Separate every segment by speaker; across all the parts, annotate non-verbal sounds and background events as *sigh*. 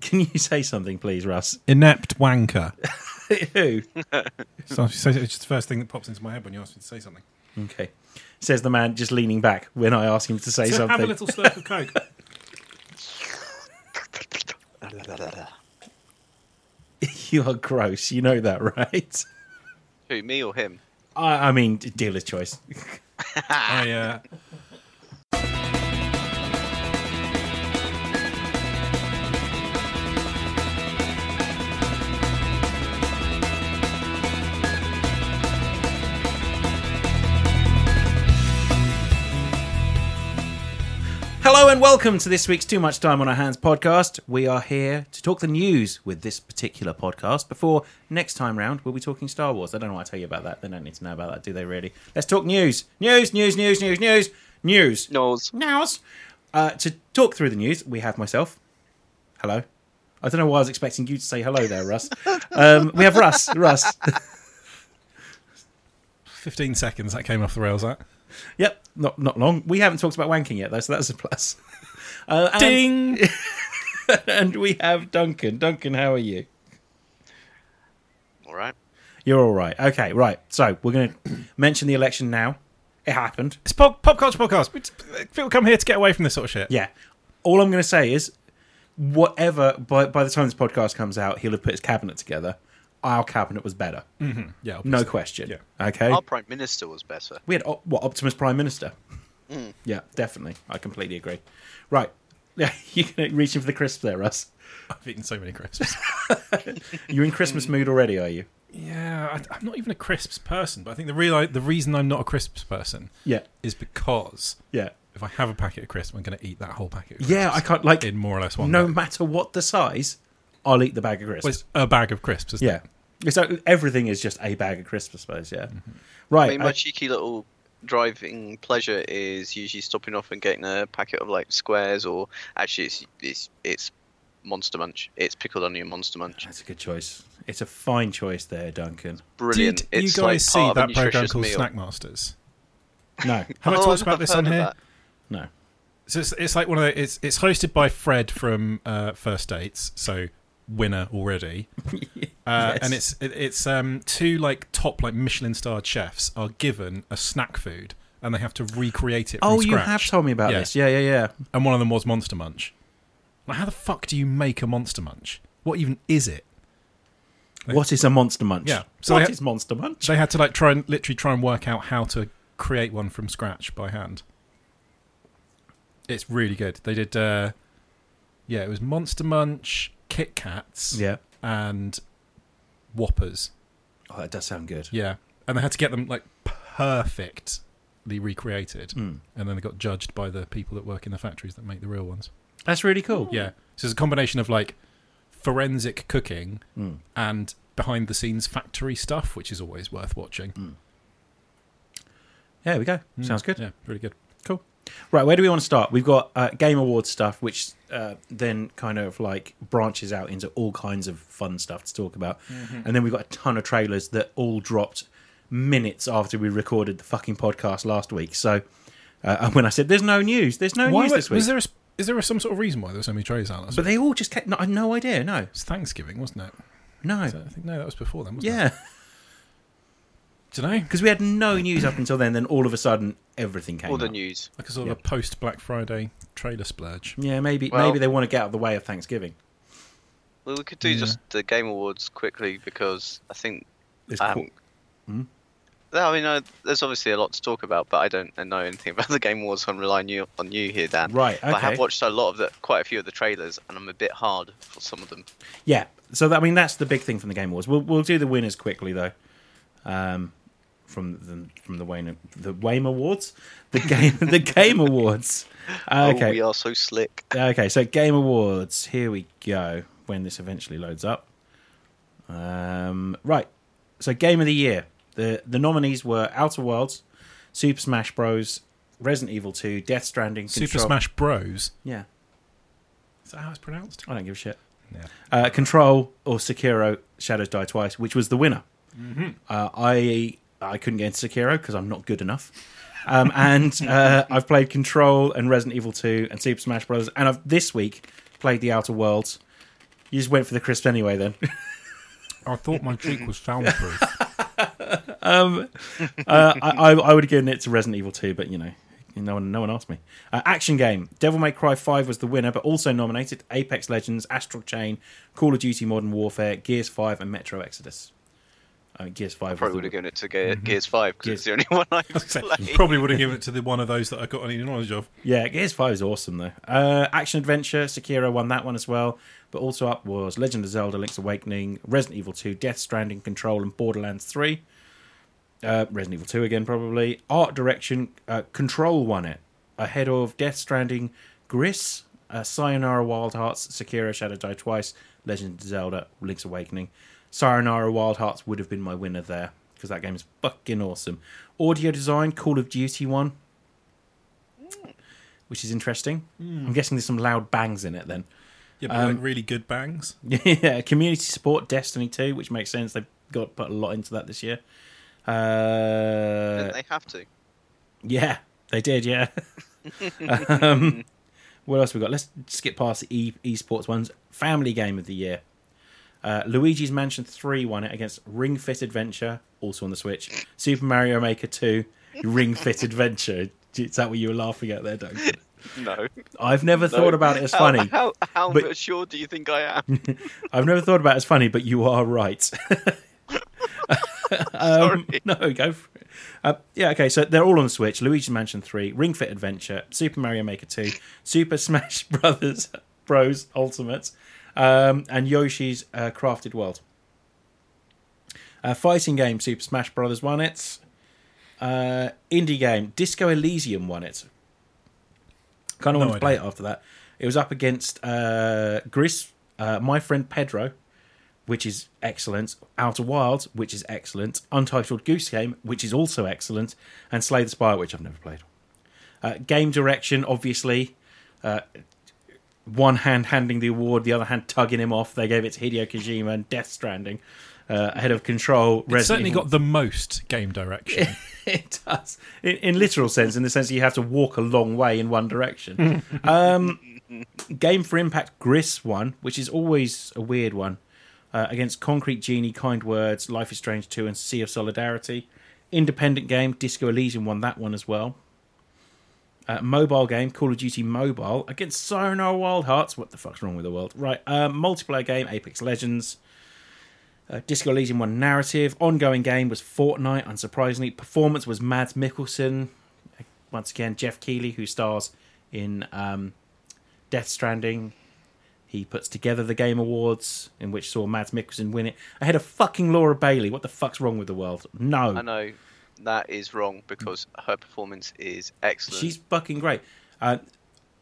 Speaker 1: Can you say something, please, Russ? *laughs*
Speaker 2: Inept wanker.
Speaker 1: Who?
Speaker 2: so if you say, it's just the first thing that pops into my head when you ask me to say something.
Speaker 1: Okay. Says the man just leaning back when I ask him to say
Speaker 2: So
Speaker 1: something.
Speaker 2: have a little slurp of coke.
Speaker 1: *laughs* you are gross. You know that, *laughs* right?
Speaker 3: Who, me or him?
Speaker 1: I, I mean, dealer's choice. *laughs*
Speaker 2: I, uh,
Speaker 1: Hello and welcome to this week's Too Much Time on Our Hands podcast. We are here to talk the news with this particular podcast. Before next time round, we'll be talking Star Wars. I don't know what to tell you about that. They don't need to know about that, do they really? Let's talk news. News, news, news, news, news, news.
Speaker 3: Nose.
Speaker 1: News. Uh, to talk through the news, we have myself. Hello. I don't know why I was expecting you to say hello there, Russ. Um, we have Russ. Russ. *laughs*
Speaker 2: 15 seconds, that came off the rails, that.
Speaker 1: yep, not not long. We haven't talked about wanking yet, though, so that's a plus. *laughs* Uh, and-
Speaker 2: Ding!
Speaker 1: *laughs* and we have Duncan. Duncan, how are you?
Speaker 3: All right.
Speaker 1: You're all right. Okay, right. So we're going to *clears throat* mention the election now. It happened.
Speaker 2: It's pop, pop culture podcast. We just- People come here to get away from this sort of shit.
Speaker 1: Yeah. All I'm going to say is, whatever. By by the time this podcast comes out, he'll have put his cabinet together. Our cabinet was better,
Speaker 2: yeah obviously.
Speaker 1: no question.
Speaker 2: Yeah.
Speaker 1: Okay.
Speaker 3: Our Prime Minister was better.
Speaker 1: we had Op- what Optimus Prime Minister. Yeah, definitely. I completely agree. Right. *laughs* Yeah, you're reaching for the crisps there, Russ.
Speaker 2: I've eaten so many crisps.
Speaker 1: You're in Christmas mood already, are you?
Speaker 2: yeah, I, I'm not even a crisps person, but I think the, real, the reason I'm not a crisps person
Speaker 1: Yeah.
Speaker 2: is because
Speaker 1: Yeah.
Speaker 2: if I have a packet of crisps, I'm going to eat that whole packet. Of crisps
Speaker 1: Yeah, I can't like
Speaker 2: in more or less one.
Speaker 1: no
Speaker 2: day.
Speaker 1: matter what the size, I'll eat the bag of crisps.
Speaker 2: Well, it's a bag of crisps. Isn't
Speaker 1: yeah.
Speaker 2: it?
Speaker 1: So everything is just a bag of crisps, I suppose, yeah.
Speaker 2: Mm-hmm.
Speaker 1: Right.
Speaker 3: I mean,
Speaker 1: I-
Speaker 3: my cheeky little driving pleasure is usually stopping off and getting a packet of like squares, or actually, it's it's it's Monster Munch. It's pickled onion Monster Munch.
Speaker 1: that's a good choice. It's a fine choice there,
Speaker 2: *laughs*
Speaker 1: Duncan.
Speaker 3: Brilliant.
Speaker 2: Did
Speaker 3: it's
Speaker 2: you
Speaker 3: like
Speaker 2: guys
Speaker 3: part
Speaker 2: see
Speaker 3: of a
Speaker 2: that program
Speaker 3: nutritious
Speaker 2: called
Speaker 3: meal.
Speaker 2: Snack Masters?
Speaker 1: No.
Speaker 2: Have I
Speaker 3: Oh,
Speaker 2: talked
Speaker 3: I've
Speaker 2: about this
Speaker 3: heard
Speaker 2: on
Speaker 3: of
Speaker 2: here?
Speaker 3: that.
Speaker 1: No.
Speaker 2: So it's, it's like one of the, it's it's hosted by Fred from uh, First Dates, so winner
Speaker 1: *laughs*
Speaker 2: already. Uh,
Speaker 1: Yes.
Speaker 2: And it's it, it's um, two like top like Michelin starred chefs are given a snack food and they have to recreate it. From
Speaker 1: Oh, you
Speaker 2: scratch.
Speaker 1: have told me about
Speaker 2: Yeah.
Speaker 1: this. Yeah, yeah, yeah.
Speaker 2: And one of them was Monster Munch. Like, how the fuck do you make a Monster Munch? What even is it?
Speaker 1: What is a monster munch?
Speaker 2: Yeah.
Speaker 1: So
Speaker 2: So
Speaker 1: what
Speaker 2: I
Speaker 1: is
Speaker 2: ha-
Speaker 1: monster munch?
Speaker 2: They had to like try and literally try and work out how to create one from scratch by hand. It's really good. They did, uh, yeah, it was Monster Munch, Kit Kats,
Speaker 1: yeah.
Speaker 2: and Whoppers.
Speaker 1: Oh, that does sound good.
Speaker 2: Yeah, and they had to get them like perfectly recreated, and then they got judged by the people that work in the factories that make the real ones.
Speaker 1: That's really cool.
Speaker 2: Yeah, so it's a combination of like forensic cooking and behind the scenes factory stuff, which is always worth watching.
Speaker 1: There we go. Sounds good.
Speaker 2: Mm. Yeah, really good.
Speaker 1: Cool. Right, where do we want to start? We've got uh, Game Awards stuff, which uh, then kind of like branches out into all kinds of fun stuff to talk about.
Speaker 2: Mm-hmm.
Speaker 1: And then we've got a ton of trailers that all dropped minutes after we recorded the fucking podcast last week. So uh, and when I said there's no news, there's no news
Speaker 2: was,
Speaker 1: this week.
Speaker 2: was there a, s- is there a, some sort of reason why there were so many trailers out last
Speaker 1: but
Speaker 2: week?
Speaker 1: they all just kept. No, I had no idea. No,
Speaker 2: It's Thanksgiving, wasn't it?
Speaker 1: no.
Speaker 2: I think no, that was before then, wasn't it?
Speaker 1: Yeah.
Speaker 2: Do you know?
Speaker 1: Because we had no news up until then. Then all of a sudden, everything came
Speaker 3: All the
Speaker 1: up.
Speaker 3: news.
Speaker 2: Like a sort of a post Black Friday trailer splurge.
Speaker 1: Yeah, maybe
Speaker 3: Well-
Speaker 1: maybe they want to get out of the way of Thanksgiving.
Speaker 3: Well, we could do just the Game Awards quickly because I think
Speaker 1: It's
Speaker 3: Um,
Speaker 1: cool. Hmm?
Speaker 3: No, I mean, uh, there's obviously a lot to talk about, but I don't uh, know anything *laughs* about the Game Awards, so I'm relying you, on you here, Dan.
Speaker 1: Right,
Speaker 3: But I
Speaker 1: okay.
Speaker 3: have watched a lot of the, quite a few of the trailers, and I'm a bit hard for some of them.
Speaker 1: Yeah. So that, I mean, that's the big thing from the Game Awards. We'll we'll do the winners quickly though. Um, from the from the Wayne the Wayne Awards, the game *laughs* the Game Awards. Uh,
Speaker 3: *laughs* Oh,
Speaker 1: okay.
Speaker 3: we are so slick.
Speaker 1: Okay. So Game Awards. Here we go. When this eventually loads up. Um, right. So Game of the Year. The the nominees were Outer Worlds, Super Smash Bros, Resident Evil Two, Death Stranding,
Speaker 2: Super
Speaker 1: Control-
Speaker 2: Smash Bros.
Speaker 1: Yeah.
Speaker 2: Is that how it's pronounced?
Speaker 1: I don't give a shit.
Speaker 2: Yeah.
Speaker 1: uh, Control or Sekiro: Shadows Die Twice, which was the winner. Uh, I I couldn't get into Sekiro because I'm not good enough. Um, and uh, I've played Control and Resident Evil 2 and Super Smash Bros. And I've this week played The Outer Worlds. You just went for the crisp anyway, then.
Speaker 2: I thought my cheek
Speaker 1: *laughs*
Speaker 2: was soundproof.
Speaker 1: uh, I, I, I would have given it to Resident Evil 2, but you know, no one, no one asked me. Uh, action game. Devil May Cry 5 was the winner, but also nominated Apex Legends, Astral Chain, Call of Duty Modern Warfare, Gears 5, and Metro Exodus. I mean, Gears 5
Speaker 3: Probably would
Speaker 1: was
Speaker 3: have
Speaker 1: the
Speaker 3: given it to
Speaker 1: Mm-hmm.
Speaker 3: Ge- Gears Five because it's the only *laughs* one I've
Speaker 1: *laughs*
Speaker 2: You
Speaker 3: played.
Speaker 2: probably would have given it to the one of those that I got any knowledge of.
Speaker 1: Yeah, Gears 5 is awesome, though. Uh, action Adventure, Sekiro won that one as well, but also up was Legend of Zelda, Link's Awakening, Resident Evil 2, Death Stranding, Control, and Borderlands 3. Uh, Resident Evil 2 again, probably. Art Direction, uh, Control won it, ahead of Death Stranding, Gris, uh, Sayonara Wild Hearts, Sekiro Shadow Die Twice, Legend of Zelda, Link's Awakening. Sayonara Wild Hearts would have been my winner there, because that game is fucking awesome. Audio Design, Call of Duty one which is interesting. I'm guessing there's some loud bangs in it then. *laughs*
Speaker 2: Yeah, but
Speaker 1: Um,
Speaker 2: like really good bangs.
Speaker 1: yeah, community support, Destiny 2, which makes sense. They've got put a lot into that this year. Uh,
Speaker 3: Didn't they have to.
Speaker 1: yeah, they did,
Speaker 3: *laughs*
Speaker 1: yeah. um, what else we got? Let's skip past the e- esports ones. Family game of the year. Uh, Luigi's Mansion 3 won it against Ring Fit Adventure, also on the Switch. Super Mario Maker 2, Ring
Speaker 3: *laughs*
Speaker 1: Fit Adventure. Is that what you were laughing at there, Duncan?
Speaker 3: *laughs* No.
Speaker 1: I've never thought about it as funny.
Speaker 3: *laughs* How how, how
Speaker 1: but-
Speaker 3: sure do you think I am?
Speaker 1: I've never thought about it as funny, but you are right. *laughs* um,
Speaker 3: Sorry.
Speaker 1: no, go for it. Uh, yeah, okay, so they're all on Switch Luigi's Mansion 3, Ring Fit Adventure, Super Mario Maker 2, Super Smash *laughs* Brothers Bros Ultimate, um, and Yoshi's uh, Crafted World. Uh, fighting game Super Smash Brothers won it. Uh, indie game Disco Elysium won it. Kind of
Speaker 2: No
Speaker 1: wanted to play it
Speaker 2: idea.
Speaker 1: after that. It was up against uh, Gris, uh, my friend Pedro, which is excellent. Outer Wilds, which is excellent. Untitled Goose Game, which is also excellent. And Slay the Spire, which I've never played. Uh, game direction, obviously. Uh, one hand handing the award, the other hand tugging him off. They gave it to Hideo Kojima and Death Stranding. Uh, ahead of control,
Speaker 2: It's certainly
Speaker 1: Evil-
Speaker 2: got the most game direction.
Speaker 1: *laughs* it does in, in literal sense in the sense that you have to walk a long way in one direction um, game for impact gris one which is always a weird one uh, against concrete genie kind words life is strange 2 and sea of solidarity independent game disco elysium won that one as well uh, mobile game call of duty mobile against sayonara wild hearts what the fuck's wrong with the world right uh, multiplayer game apex legends uh, Disco Elysium won narrative. Ongoing game was Fortnite, unsurprisingly. Performance was Mads Mikkelsen. Uh, Once again, Jeff Keighley, who stars in um, Death Stranding. He puts together the Game Awards, in which saw Mads Mikkelsen win it. I had a fucking Laura Bailey. What the fuck's wrong with the world? No.
Speaker 3: I know that is wrong because her performance is excellent.
Speaker 1: She's fucking great. Uh,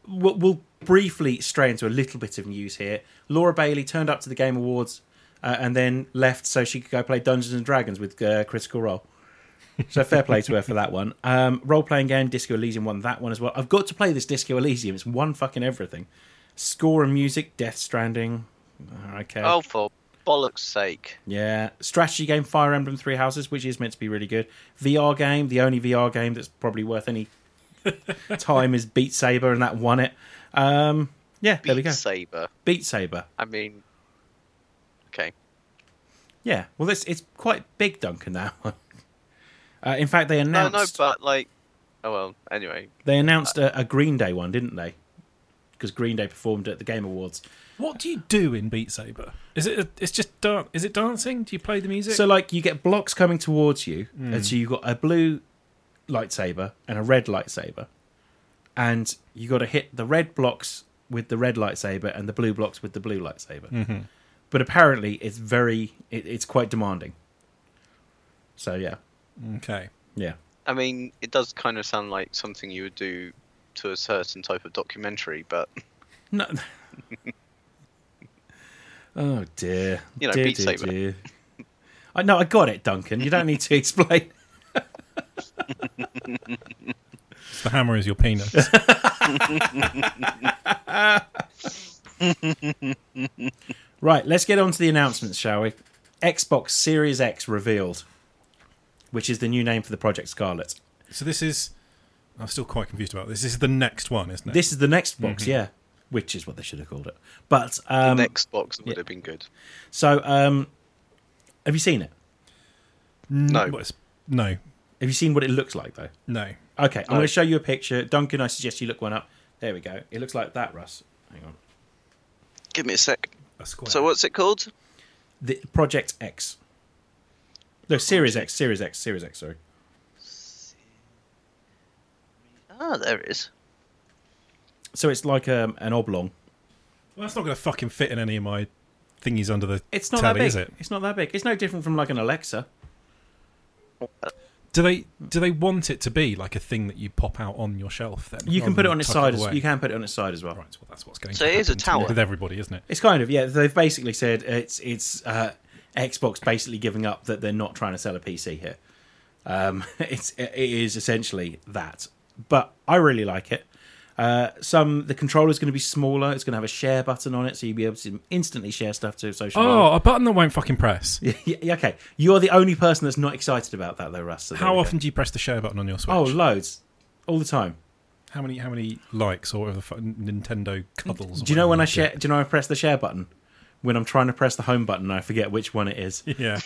Speaker 1: we'll, we'll briefly stray into a little bit of news here. Laura Bailey turned up to the Game Awards uh, and then left so she could go play Dungeons and Dragons with uh, Critical Role. So fair play to her for that one. Um, Role playing game Disco Elysium won that one as well. I've got to play this Disco Elysium. It's one fucking everything. Score and music, Death Stranding. Okay.
Speaker 3: Oh, for bollocks' sake!
Speaker 1: Yeah, strategy game Fire Emblem Three Houses, which is meant to be really good. VR game, the only VR game that's probably worth
Speaker 3: *laughs*
Speaker 1: any time is Beat Saber, and that won it. Um, yeah, there we go.
Speaker 3: Beat Saber.
Speaker 1: Beat Saber.
Speaker 3: I mean, okay.
Speaker 1: Yeah, well, this it's quite big, Duncan. That one. Uh, in fact, they
Speaker 3: No,
Speaker 1: announced
Speaker 3: no, but like, oh well. Anyway,
Speaker 1: they announced a, a Green Day one, didn't they? Because Green Day performed at the Game Awards.
Speaker 2: what do you do in Beat Saber? Is it it's just dan- is it dancing? Do you play the music?
Speaker 1: So like you get blocks coming towards you, and so you've got a blue lightsaber and a red lightsaber, and you got to hit the red blocks with the red lightsaber and the blue blocks with the blue lightsaber. But apparently, it's very it, it's quite demanding. So yeah,
Speaker 2: okay.
Speaker 1: yeah,
Speaker 3: I mean, it does kind of sound like something you would do to a certain type of documentary, but
Speaker 1: no. *laughs* oh dear,
Speaker 3: You know,
Speaker 1: dear,
Speaker 3: Beat
Speaker 1: dear,
Speaker 3: Saber.
Speaker 1: dear. I know I got it, Duncan. You don't need to *laughs* explain.
Speaker 2: So the hammer is your penis.
Speaker 1: Right, let's get on to the announcements, shall we? Xbox Series X revealed, which is the new name for the Project Scarlet.
Speaker 2: so this is I'm still quite confused about this. This is the next one, isn't it? Mm-hmm.
Speaker 1: This is the next box, yeah. which is what they should have called it. But um,
Speaker 3: Next box would have been good.
Speaker 1: so, um, have you seen it?
Speaker 3: No.
Speaker 2: Well, it's- no,
Speaker 1: Have you seen what it looks like though?
Speaker 2: no.
Speaker 1: Okay, I'm
Speaker 3: No.
Speaker 1: going
Speaker 2: Oh.
Speaker 1: to show you a picture. Duncan, I suggest you look one up. There we go. It looks like that, Russ. Hang on.
Speaker 3: Give me a sec.
Speaker 2: A square.
Speaker 3: So what's it called?
Speaker 1: The Project X. No, Series X, Series X, Series X. Sorry.
Speaker 3: Ah, there it is.
Speaker 1: So it's like um, an oblong.
Speaker 2: Well, that's not going to fucking fit in any of my thingies under the
Speaker 1: It's not that
Speaker 2: telly,
Speaker 1: big.
Speaker 2: is it?
Speaker 1: It's not that big. It's no different from like an Alexa.
Speaker 2: Do they do they want it to be like a thing that you pop out on your shelf? Then
Speaker 1: You can
Speaker 2: rather
Speaker 1: put it
Speaker 2: than
Speaker 1: on its
Speaker 2: tuck
Speaker 1: side. As,
Speaker 2: away?
Speaker 1: you can put it on its side as well.
Speaker 2: Right, well, that's what's going.
Speaker 3: So
Speaker 2: to
Speaker 3: it is a
Speaker 2: happen to me
Speaker 3: tower.
Speaker 2: with everybody, isn't it?
Speaker 1: It's kind of yeah. They've basically said it's it's uh, Xbox basically giving up that they're not trying to sell a PC here. Um, *laughs* it's it is essentially that, but I really like it. Uh, some the controller's going to be smaller. It's going to have a share button on it, so you'll be able to instantly share stuff to social. media.
Speaker 2: Oh, a button that won't fucking press.
Speaker 1: *laughs* Yeah, yeah, okay. You're the only person that's not excited about that though, Russ. so there we
Speaker 2: How
Speaker 1: go.
Speaker 2: often do you press the share button on your Switch?
Speaker 1: Oh, loads, all the time.
Speaker 2: how many how many likes or whatever the fuck, Nintendo cuddles? or
Speaker 1: Do you know
Speaker 2: whatever
Speaker 1: when I
Speaker 2: they
Speaker 1: share? Do you know when I press the share button? When I'm trying to press the home button, I forget which one it is.
Speaker 2: do? *laughs* Yeah,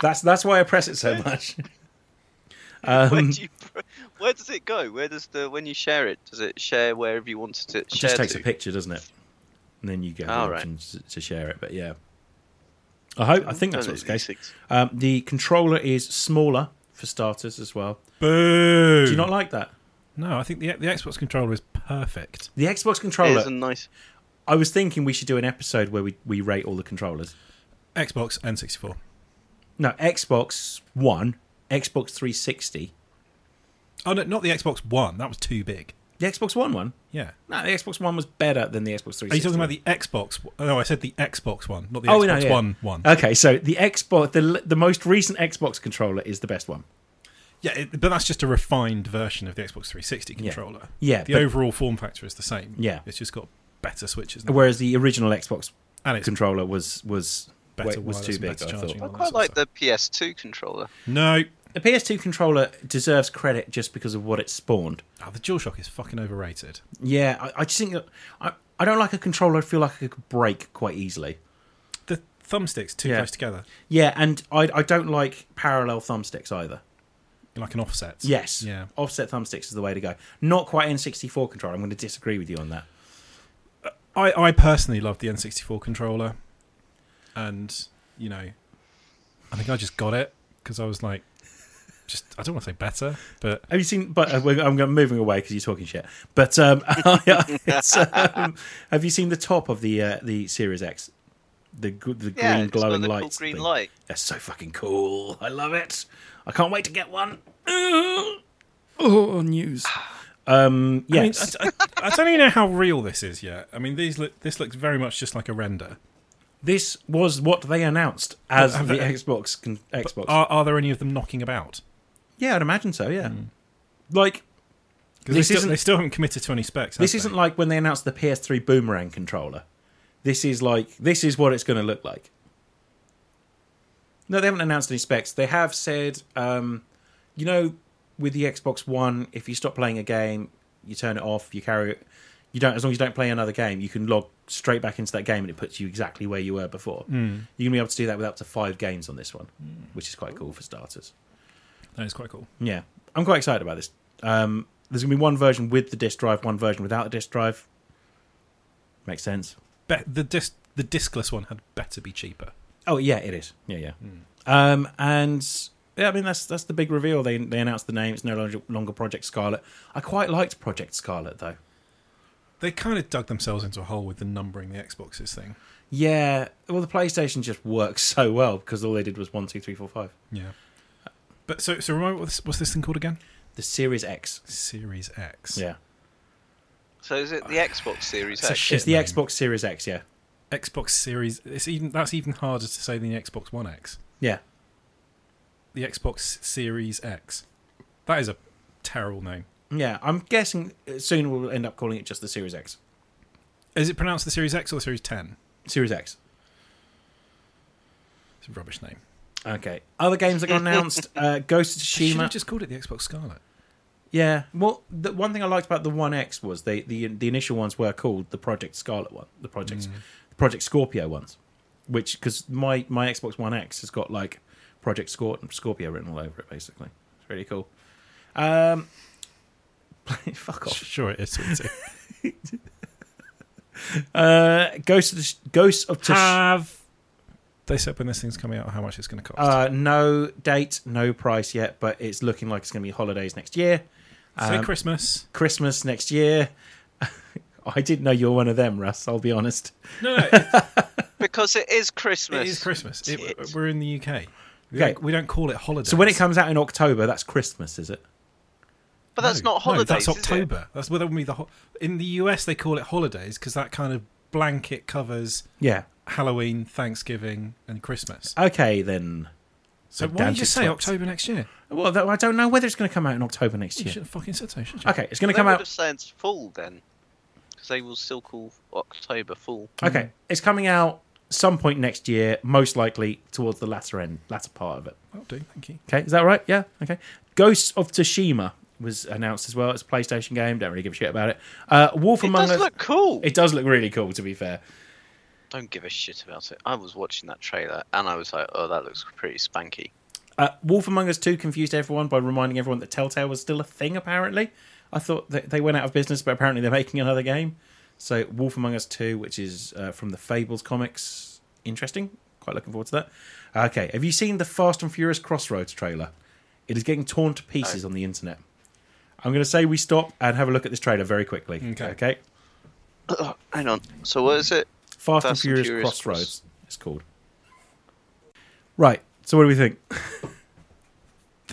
Speaker 1: That's that's why I press it so much.
Speaker 3: where, do you, where does it go? Where does the when you share it? Does it share wherever you want it to
Speaker 1: It
Speaker 3: share?
Speaker 1: just takes
Speaker 3: to?
Speaker 1: a picture, doesn't it? And then you get the
Speaker 3: Oh, right.
Speaker 1: option to- to share it. But yeah, I hope I think that's
Speaker 3: Oh,
Speaker 1: what's the case.
Speaker 3: these things.
Speaker 1: Um, the controller is smaller for starters as well.
Speaker 2: boo.
Speaker 1: Do you not like that?
Speaker 2: No, I think the the Xbox controller is perfect.
Speaker 1: The Xbox
Speaker 3: It
Speaker 1: controller.
Speaker 3: is a nice.
Speaker 1: I was thinking we should do an episode where we, we rate all the controllers.
Speaker 2: Xbox and sixty four.
Speaker 1: No, Xbox One, Xbox 360,
Speaker 2: Oh no, not the Xbox One. That was too big.
Speaker 1: the Xbox One one.
Speaker 2: Yeah.
Speaker 1: No, the Xbox One was better than the Xbox 360.
Speaker 2: Are you talking about the Xbox? Oh, no, I said the Xbox One, not the
Speaker 1: Oh,
Speaker 2: Xbox
Speaker 1: no, yeah.
Speaker 2: One. One.
Speaker 1: Okay, so the Xbox, the the most recent Xbox controller is the best one.
Speaker 2: Yeah, it, but that's just a refined version of the Xbox 360 controller.
Speaker 1: Yeah,
Speaker 2: the
Speaker 1: but-
Speaker 2: overall form factor is the same.
Speaker 1: Yeah.
Speaker 2: it's just got better switches now.
Speaker 1: Whereas the original Xbox
Speaker 2: and it's
Speaker 1: controller was was
Speaker 2: better
Speaker 1: was
Speaker 2: wireless
Speaker 1: too
Speaker 2: and
Speaker 1: big. I
Speaker 2: better charging.
Speaker 1: thought
Speaker 3: I
Speaker 2: Well,
Speaker 3: quite
Speaker 2: that's
Speaker 3: like
Speaker 2: also-
Speaker 3: the PS2 controller.
Speaker 2: no.
Speaker 1: the PS2 controller deserves credit just because of what it spawned.
Speaker 2: Oh, the DualShock is fucking overrated.
Speaker 1: Yeah, I, I just think that I I don't like a controller. I feel like I could break quite easily.
Speaker 2: The thumbsticks too
Speaker 1: Yeah.
Speaker 2: close together,
Speaker 1: Yeah, and I I don't like parallel thumbsticks either.
Speaker 2: like an offset.
Speaker 1: Yes,
Speaker 2: Yeah.
Speaker 1: offset thumbsticks is the way to go. Not quite N64 controller. I'm going to disagree with you on that.
Speaker 2: I, I personally love the N64 controller, and you know, I think I just got it because I was like, just I don't want to say better, but
Speaker 1: Have you seen? But uh, we're- I'm going- moving away because you're talking shit. But um, *laughs* it's, um, have you seen the top of the uh, the Series X? The gr- the
Speaker 3: Yeah,
Speaker 1: green
Speaker 3: it's got
Speaker 1: glowing
Speaker 3: the cool
Speaker 1: lights.
Speaker 3: green
Speaker 1: thing?
Speaker 3: light.
Speaker 1: That's so fucking cool. I love it. I can't wait to get one. *gasps* Oh, news. Um,
Speaker 2: I mean,
Speaker 1: yes.
Speaker 2: I, I- I don't even know how real this is yet. I mean, these look, this looks very much just like a render.
Speaker 1: this was what they announced as
Speaker 2: Have
Speaker 1: the
Speaker 2: they- uh,
Speaker 1: Xbox. Con- Xbox.
Speaker 2: Are, are there any of them knocking about?
Speaker 1: yeah, I'd imagine so. Yeah.
Speaker 2: Hmm.
Speaker 1: Like
Speaker 2: Because they,
Speaker 1: This
Speaker 2: still-
Speaker 1: isn't-
Speaker 2: they still haven't committed to any specs. have
Speaker 1: this
Speaker 2: they?
Speaker 1: isn't like when they announced the PS3 Boomerang controller. This is like this is what it's going to look like. No, they haven't announced any specs. They have said, um, you know, with the Xbox One, if you stop playing a game, you turn it off, you carry it. You don't, as long as you don't play another game, you can log straight back into that game, and it puts you exactly where you were before.
Speaker 2: Hmm.
Speaker 1: Mm. You're gonna be able to do that with up to five games on this one, which is quite cool for starters.
Speaker 2: That is quite cool.
Speaker 1: Yeah, I'm quite excited about this. Um, there's gonna be one version with the disc drive, one version without the disc drive. Makes sense.
Speaker 2: Be- the disc, the discless one had better be cheaper.
Speaker 1: Oh yeah, it is. Yeah, yeah. Um, and yeah, I mean that's that's the big reveal. They they announced the name. It's no longer, longer Project Scarlet. I quite liked Project Scarlet though.
Speaker 2: They kind of dug themselves into a hole with the numbering the Xboxes thing.
Speaker 1: Yeah. Well, the PlayStation just works *laughs* so well because all they did was one, two, three, four, five.
Speaker 2: Yeah. But so, so remind me, what's, what's this thing called again?
Speaker 1: The Series X.
Speaker 2: Series X.
Speaker 1: Yeah.
Speaker 3: So is it the Xbox Series
Speaker 2: It's a
Speaker 3: X?
Speaker 2: shit
Speaker 1: it's the
Speaker 2: name.
Speaker 1: Xbox Series X. Yeah.
Speaker 2: Xbox Series. It's even that's even harder to say than the Xbox One X.
Speaker 1: Yeah.
Speaker 2: The Xbox Series X. That is a terrible name.
Speaker 1: Yeah. I'm guessing soon we'll end up calling it just the Series X.
Speaker 2: Is it pronounced the Series X or the Series Ten?
Speaker 1: Series X.
Speaker 2: It's a rubbish name.
Speaker 1: Okay. Other games that got announced: uh, Ghost of
Speaker 2: They should have
Speaker 1: Tsushima.
Speaker 2: just called it the Xbox Scarlet.
Speaker 1: Yeah. Well, the one thing I liked about the One X was they the the initial ones were called the Project Scarlet one, the Project the Project Scorpio ones, which because my my Xbox One X has got like Project Scor- Scorpio written all over it. Basically, it's really cool. Um, *laughs* fuck off.
Speaker 2: Sure, it *laughs* is. Sweetie.
Speaker 1: Uh, Ghost of the, Sh- Ghost of Tsush-
Speaker 2: Have they said when this thing's coming out? How much it's going to cost?
Speaker 1: Uh, no date, no price yet, but it's looking like it's going to be holidays next year,
Speaker 2: Say
Speaker 1: um, *laughs*
Speaker 2: Christmas.
Speaker 1: Christmas next year. *laughs* I didn't know you were one of them, Russ. I'll be honest.
Speaker 2: No, no, it,
Speaker 3: because it is Christmas.
Speaker 2: it is Christmas. It-
Speaker 3: Shit.
Speaker 2: we're in the UK. We,
Speaker 1: Okay.
Speaker 2: don't, we don't call it holiday.
Speaker 1: So when it comes out in October, that's Christmas, is it?
Speaker 3: But that's not holidays.
Speaker 2: that's
Speaker 3: is it?
Speaker 2: October. That's where that would be the ho- in the US they call it holidays because that kind of blanket covers
Speaker 1: Yeah.
Speaker 2: Halloween, Thanksgiving, and
Speaker 3: Uh,
Speaker 2: Christmas.
Speaker 1: Okay then.
Speaker 2: So
Speaker 1: the
Speaker 2: why don't you just say
Speaker 1: Dantic twats.
Speaker 2: October next year?
Speaker 1: Well, though, I don't know whether it's going to come out in October next
Speaker 2: You
Speaker 1: year.
Speaker 2: shouldn't have fucking said so, should you?
Speaker 1: Okay, it's going
Speaker 3: They
Speaker 1: to come
Speaker 3: would
Speaker 1: out.
Speaker 3: have said full then, because they will still call October full.
Speaker 1: Okay, it's coming out some point next year, most likely towards the latter end, latter part of it.
Speaker 2: I'll do. Thank you.
Speaker 1: Okay, is that right? Yeah. Okay. Ghosts of Tsushima was announced as well. It's a PlayStation game. Don't really give a shit about it. Uh, Wolf
Speaker 3: It
Speaker 1: Among
Speaker 3: does
Speaker 1: Us.
Speaker 3: look cool.
Speaker 1: It does look really cool, to be fair.
Speaker 3: Don't give a shit about it. I was watching that trailer and I was like, oh, that looks pretty spanky. *coughs*
Speaker 1: Uh, Wolf Among Us 2 confused everyone by reminding everyone that Telltale was still a thing, apparently. I thought that they went out of business, but apparently they're making another game. So, Wolf Among Us 2, which is uh, from the Fables comics, interesting. Quite looking forward to that. Okay, have you seen the Fast and Furious Crossroads trailer? It is getting torn to pieces on the internet. I'm going to say we stop and have a look at this trailer very quickly.
Speaker 2: Okay.
Speaker 1: okay?
Speaker 3: Hang on. So what is it?
Speaker 1: Fast, and
Speaker 3: Fast and
Speaker 1: Furious,
Speaker 3: Furious
Speaker 1: Crossroads. It's called. Right. So what do we think?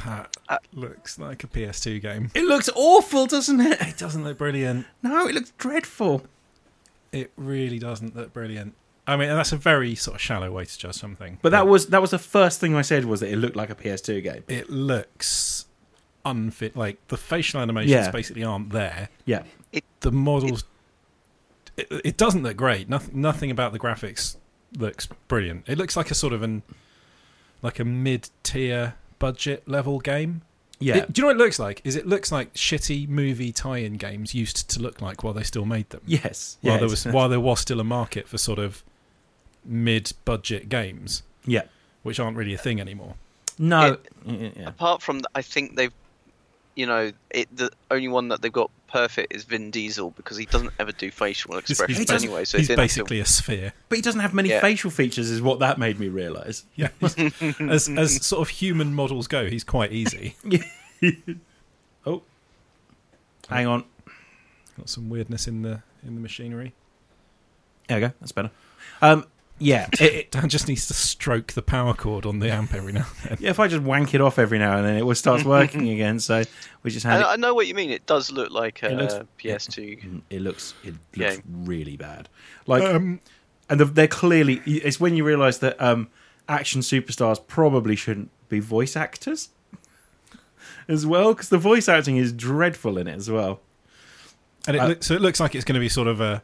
Speaker 2: That
Speaker 3: Uh,
Speaker 2: looks like a PS2 game.
Speaker 1: It looks awful, doesn't it?
Speaker 2: It doesn't look brilliant.
Speaker 1: No, it looks dreadful.
Speaker 2: It really doesn't look brilliant. I mean, and that's a very sort of shallow way to judge something.
Speaker 1: But that was that was the first thing I said was that it looked like a PS2 game.
Speaker 2: it looks unfit. Like the facial animations
Speaker 1: Yeah.
Speaker 2: basically aren't there.
Speaker 1: Yeah.
Speaker 2: The models. It, it doesn't look great. Nothing. Nothing about the graphics looks brilliant. It looks like a sort of an like a mid-tier budget level game.
Speaker 1: Yeah.
Speaker 2: It- do you know what it looks like? Is it looks like shitty movie tie-in games used to look like while they still made them.
Speaker 1: yes.
Speaker 2: While
Speaker 1: yeah,
Speaker 2: there was while there was still a market for sort of mid-budget games,
Speaker 1: Yeah.
Speaker 2: which aren't really a thing anymore.
Speaker 1: No.
Speaker 3: It-
Speaker 1: Yeah, yeah.
Speaker 3: Apart from, th- I think they've, you know, it the only one that they've got perfect is Vin Diesel because he doesn't ever do facial
Speaker 2: he's
Speaker 3: expressions
Speaker 2: basi-
Speaker 3: anyway. So it
Speaker 2: he's
Speaker 3: didn't have to-
Speaker 2: basically a sphere. *laughs*
Speaker 1: But he doesn't have many
Speaker 3: Yeah.
Speaker 1: facial features, is what that made me realise.
Speaker 2: Yeah, as as sort of human models go, he's quite easy.
Speaker 1: Oh. Hang on.
Speaker 2: Got some weirdness in the in the machinery.
Speaker 1: There we go. That's better. Um. Yeah. It, it-
Speaker 2: Dan just needs to stroke the power cord on the amp every now and then.
Speaker 1: *laughs* yeah. If I just wank it off every now and then, it will *laughs* starts working again. So we just had
Speaker 3: I,
Speaker 1: it.
Speaker 3: I know what you mean. It does look like uh, a
Speaker 1: looks-
Speaker 3: PS2.
Speaker 1: It looks. It
Speaker 3: Yeah.
Speaker 1: looks really bad. Like. *laughs*
Speaker 2: Um,
Speaker 1: and the, they're clearly it's when you realize that um action superstars probably shouldn't be voice actors *laughs* as well because the voice acting is dreadful in it as well
Speaker 2: and it
Speaker 1: Uh,
Speaker 2: looks so it looks like it's going to be sort of a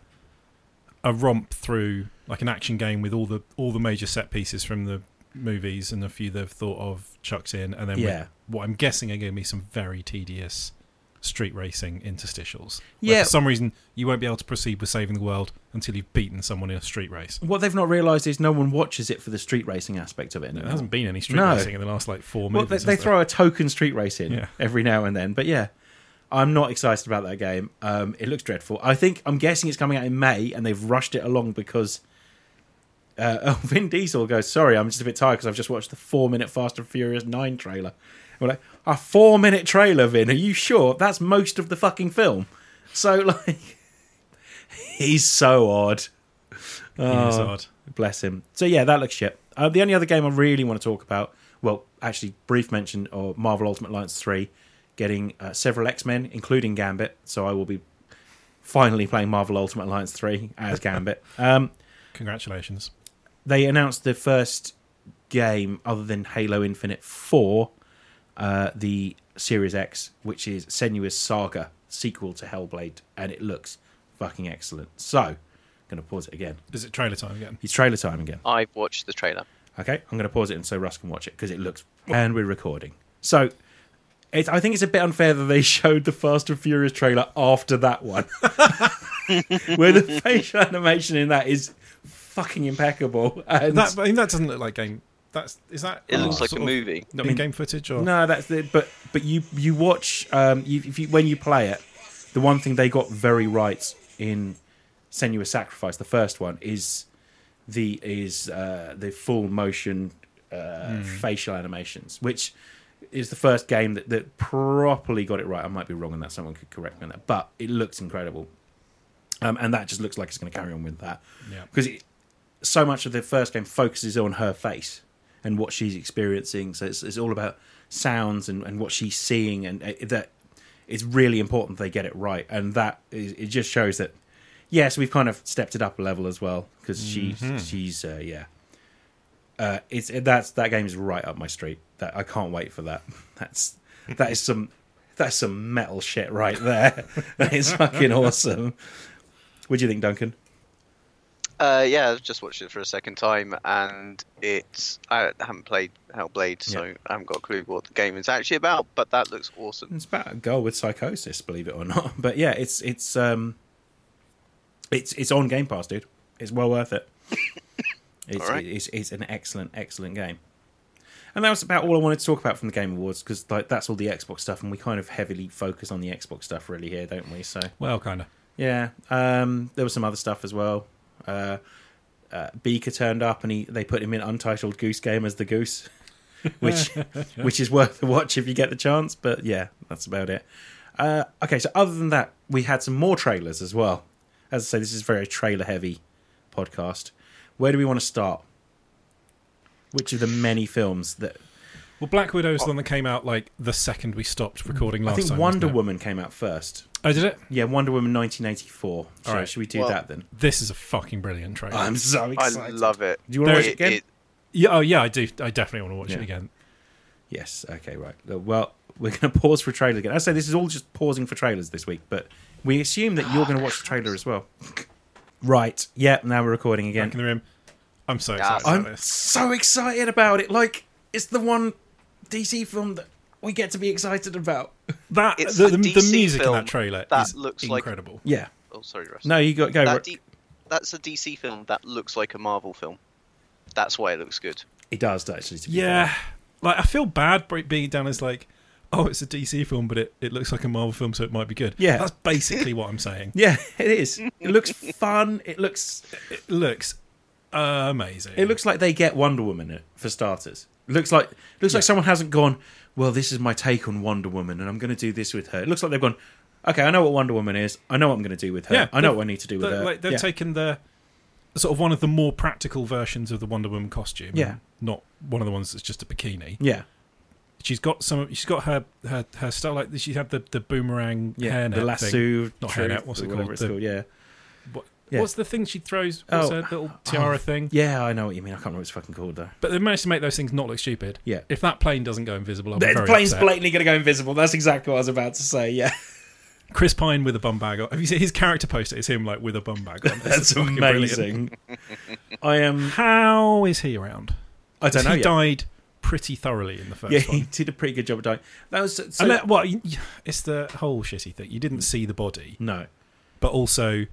Speaker 2: a romp through like an action game with all the all the major set pieces from the movies and a few they've thought of chucked in, and then with
Speaker 1: Yeah.
Speaker 2: what I'm guessing are going to be some very tedious street racing interstitials.
Speaker 1: Yeah.
Speaker 2: where for some reason you won't be able to proceed with saving the world until you've beaten someone in a street race.
Speaker 1: what they've not realized is no one watches it for the street racing aspect of it
Speaker 2: There hasn't been any street
Speaker 1: No.
Speaker 2: racing in the last like four
Speaker 1: well
Speaker 2: movies.
Speaker 1: they,
Speaker 2: has
Speaker 1: they
Speaker 2: there?
Speaker 1: throw a token street race in
Speaker 2: Yeah.
Speaker 1: every now and then but yeah i'm not excited about that game um it looks dreadful i think i'm guessing it's coming out in may and they've rushed it along because uh, *laughs* oh, Vin Diesel goes, "Sorry, I'm just a bit tired because I've just watched the four-minute Fast and Furious Nine trailer." And we're like, "A four-minute trailer, Vin? Are you sure? That's most of the fucking film." So *laughs* like, he's so odd.
Speaker 2: He is
Speaker 1: Oh,
Speaker 2: odd.
Speaker 1: bless him. So yeah, that looks shit. Uh, the only other game I really want to talk about, well, actually, brief mention of Marvel Ultimate Alliance three, getting uh, several X Men, including Gambit. So I will be finally playing Marvel Ultimate Alliance three as Gambit. um,
Speaker 2: Congratulations.
Speaker 1: they announced the first game other than Halo Infinite for uh, the Series X, which is Senua's Saga sequel to Hellblade, and it looks fucking excellent. So, going to pause it again.
Speaker 2: Is it trailer time again?
Speaker 1: It's trailer time again.
Speaker 3: I've watched the trailer.
Speaker 1: Okay, I'm going to pause it and so Russ can watch it because it looks. And we're recording. So, It's, I think it's a bit unfair that they *laughs* showed the Fast and Furious trailer after that one, *laughs* where the facial animation in that is fucking impeccable. And
Speaker 2: That, I mean, that doesn't look like game. That's is that?
Speaker 3: It looks
Speaker 2: uh,
Speaker 3: like a
Speaker 2: sort of-
Speaker 3: movie.
Speaker 2: I mean, game footage or
Speaker 1: No, that's it. But but you you watch um you, if you when you play it, the one thing they got very right in Senua's Sacrifice, the first one, is the is uh, the full motion uh, facial animations, which is the first game that, that properly got it right. I might be wrong on that. Someone could correct me on that. But it looks incredible, um, and that just looks like it's going to carry on with that
Speaker 2: Yeah.
Speaker 1: because it, so much of the first game focuses on her face and what she's experiencing. So it's, it's all about sounds and, and what she's seeing, and uh, that it's really important they get it right. And that is, it just shows that yes, we've kind of stepped it up a level as well because she's she's uh, yeah. Uh, it's that's that game is right up my street. That I can't wait for that. *laughs* That's that is some that's some metal shit right there. *laughs* that is fucking awesome. What do you think, Duncan?
Speaker 3: Uh, yeah, I've just watched it for a second time, and it's I haven't played Hellblade, so
Speaker 1: Yeah.
Speaker 3: I haven't got a clue what the game is actually about. But that looks awesome.
Speaker 1: It's about a girl with psychosis, believe it or not. *laughs* But yeah, it's it's um, it's it's on Game Pass, dude. It's well worth it. It's,
Speaker 3: All right.
Speaker 1: it's it's an excellent excellent game. And that was about all I wanted to talk about from the Game Awards because like that's all the Xbox stuff, and we kind of heavily focus on the Xbox stuff really here, don't we? So
Speaker 2: well, kind of.
Speaker 1: yeah, um, there was some other stuff as well. Uh, uh, Beaker turned up, and he they put him in Untitled Goose Game as the goose, *laughs* which which is worth a watch if you get the chance. But yeah, that's about it. Uh, okay, so other than that, we had some more trailers as well. As I say, this is a very trailer heavy podcast. Where do we want to start? Which of the many films that
Speaker 2: Well, Black Widow is the one that came out like the second we stopped recording
Speaker 1: I
Speaker 2: last
Speaker 1: think
Speaker 2: time. wasn't
Speaker 1: Wonder
Speaker 2: it?
Speaker 1: Woman came out first?
Speaker 2: Oh, did it?
Speaker 1: Yeah, Wonder Woman 1984. So
Speaker 2: All right.
Speaker 1: should we do
Speaker 3: Well-
Speaker 1: that then?
Speaker 2: This is a fucking brilliant trailer.
Speaker 1: I'm so excited.
Speaker 3: I love it.
Speaker 1: Mm, Do you wanna
Speaker 2: watch
Speaker 1: it again?
Speaker 2: yeah, oh yeah, I do. I definitely want to watch
Speaker 1: Yeah.
Speaker 2: it again.
Speaker 1: Yes. Okay. Right. Uh, Well, we're going to *laughs* pause for trailers again. I say this is all just pausing for trailers this week, but we assume that you're going to watch the trailer as
Speaker 2: *gasps*
Speaker 1: well. Right. Yeah. Now we're recording again.
Speaker 2: Back in the room. I'm so
Speaker 3: Yeah.
Speaker 2: excited about
Speaker 1: I'm
Speaker 2: this.
Speaker 1: so excited about it. Like it's the one DC film that we get to be excited
Speaker 2: *laughs*
Speaker 1: about.
Speaker 2: That
Speaker 3: It's
Speaker 2: the,
Speaker 3: a
Speaker 2: the, the
Speaker 3: DC
Speaker 2: music in
Speaker 3: film
Speaker 2: that trailer
Speaker 3: that
Speaker 2: is
Speaker 3: looks like-
Speaker 2: incredible.
Speaker 1: Yeah.
Speaker 3: Oh, sorry, Russ.
Speaker 1: No, you got go.
Speaker 3: that
Speaker 1: Rick.
Speaker 3: D- that's a DC film that looks like a Marvel film. That's why it looks good.
Speaker 1: It does actually. To be
Speaker 2: yeah, like I feel bad b- being down as like, oh, it's a DC film, but it, it looks like a Marvel film, so it might be good.
Speaker 1: Yeah.
Speaker 2: that's basically what I'm saying.
Speaker 1: fair. *laughs* Yeah. It is. It looks fun. It looks.
Speaker 2: It looks uh, amazing.
Speaker 1: It looks like they get Wonder Woman in it, for starters. Looks like looks like someone hasn't gone. Well, this is my take on Wonder Woman, and I'm going to do this with her. It looks like they've gone. Okay, I know what Wonder Woman is. I know what I'm going to do with her.
Speaker 2: Yeah,
Speaker 1: I know
Speaker 2: they've-
Speaker 1: what I need to do with
Speaker 2: They're-
Speaker 1: her.
Speaker 2: like they've
Speaker 1: yeah.
Speaker 2: taken the sort of one of the more practical versions of the Wonder Woman costume.
Speaker 1: Yeah.
Speaker 2: not one of the ones that's just a bikini.
Speaker 1: yeah,
Speaker 2: She's got some. of- She's got her her her stuff like she had the the boomerang
Speaker 1: yeah,
Speaker 2: hairnet
Speaker 1: the
Speaker 2: thing.
Speaker 1: lasso,
Speaker 2: Not
Speaker 1: truth,
Speaker 2: hairnet, what's it
Speaker 1: or whatever
Speaker 2: called?
Speaker 1: It's
Speaker 2: The-
Speaker 1: called. Yeah,
Speaker 2: What,
Speaker 1: Yeah.
Speaker 2: What's the thing she throws? What's
Speaker 1: Oh,
Speaker 2: her little tiara
Speaker 1: oh,
Speaker 2: thing?
Speaker 1: yeah, I know what you mean. I can't remember what it's fucking called though.
Speaker 2: But they managed to make those things not look stupid.
Speaker 1: Yeah.
Speaker 2: If that plane doesn't go invisible, I'll be
Speaker 1: The
Speaker 2: very
Speaker 1: plane's
Speaker 2: upset.
Speaker 1: blatantly going to go invisible. That's exactly what I was about to say. Yeah,
Speaker 2: Chris Pine with a bum bag. on. Have you seen his character poster? It's him like with a bum bag. On. It's
Speaker 1: that's
Speaker 2: fucking brilliant.
Speaker 1: amazing. I am.
Speaker 2: How is he around?
Speaker 1: I don't know.
Speaker 2: He
Speaker 1: yet.
Speaker 2: died pretty thoroughly in the first
Speaker 1: yeah,
Speaker 2: one.
Speaker 1: he did a pretty good job of dying. That was so,
Speaker 2: And that, well, you- you- it's the whole shitty thing. You didn't see the body,
Speaker 1: no.
Speaker 2: but also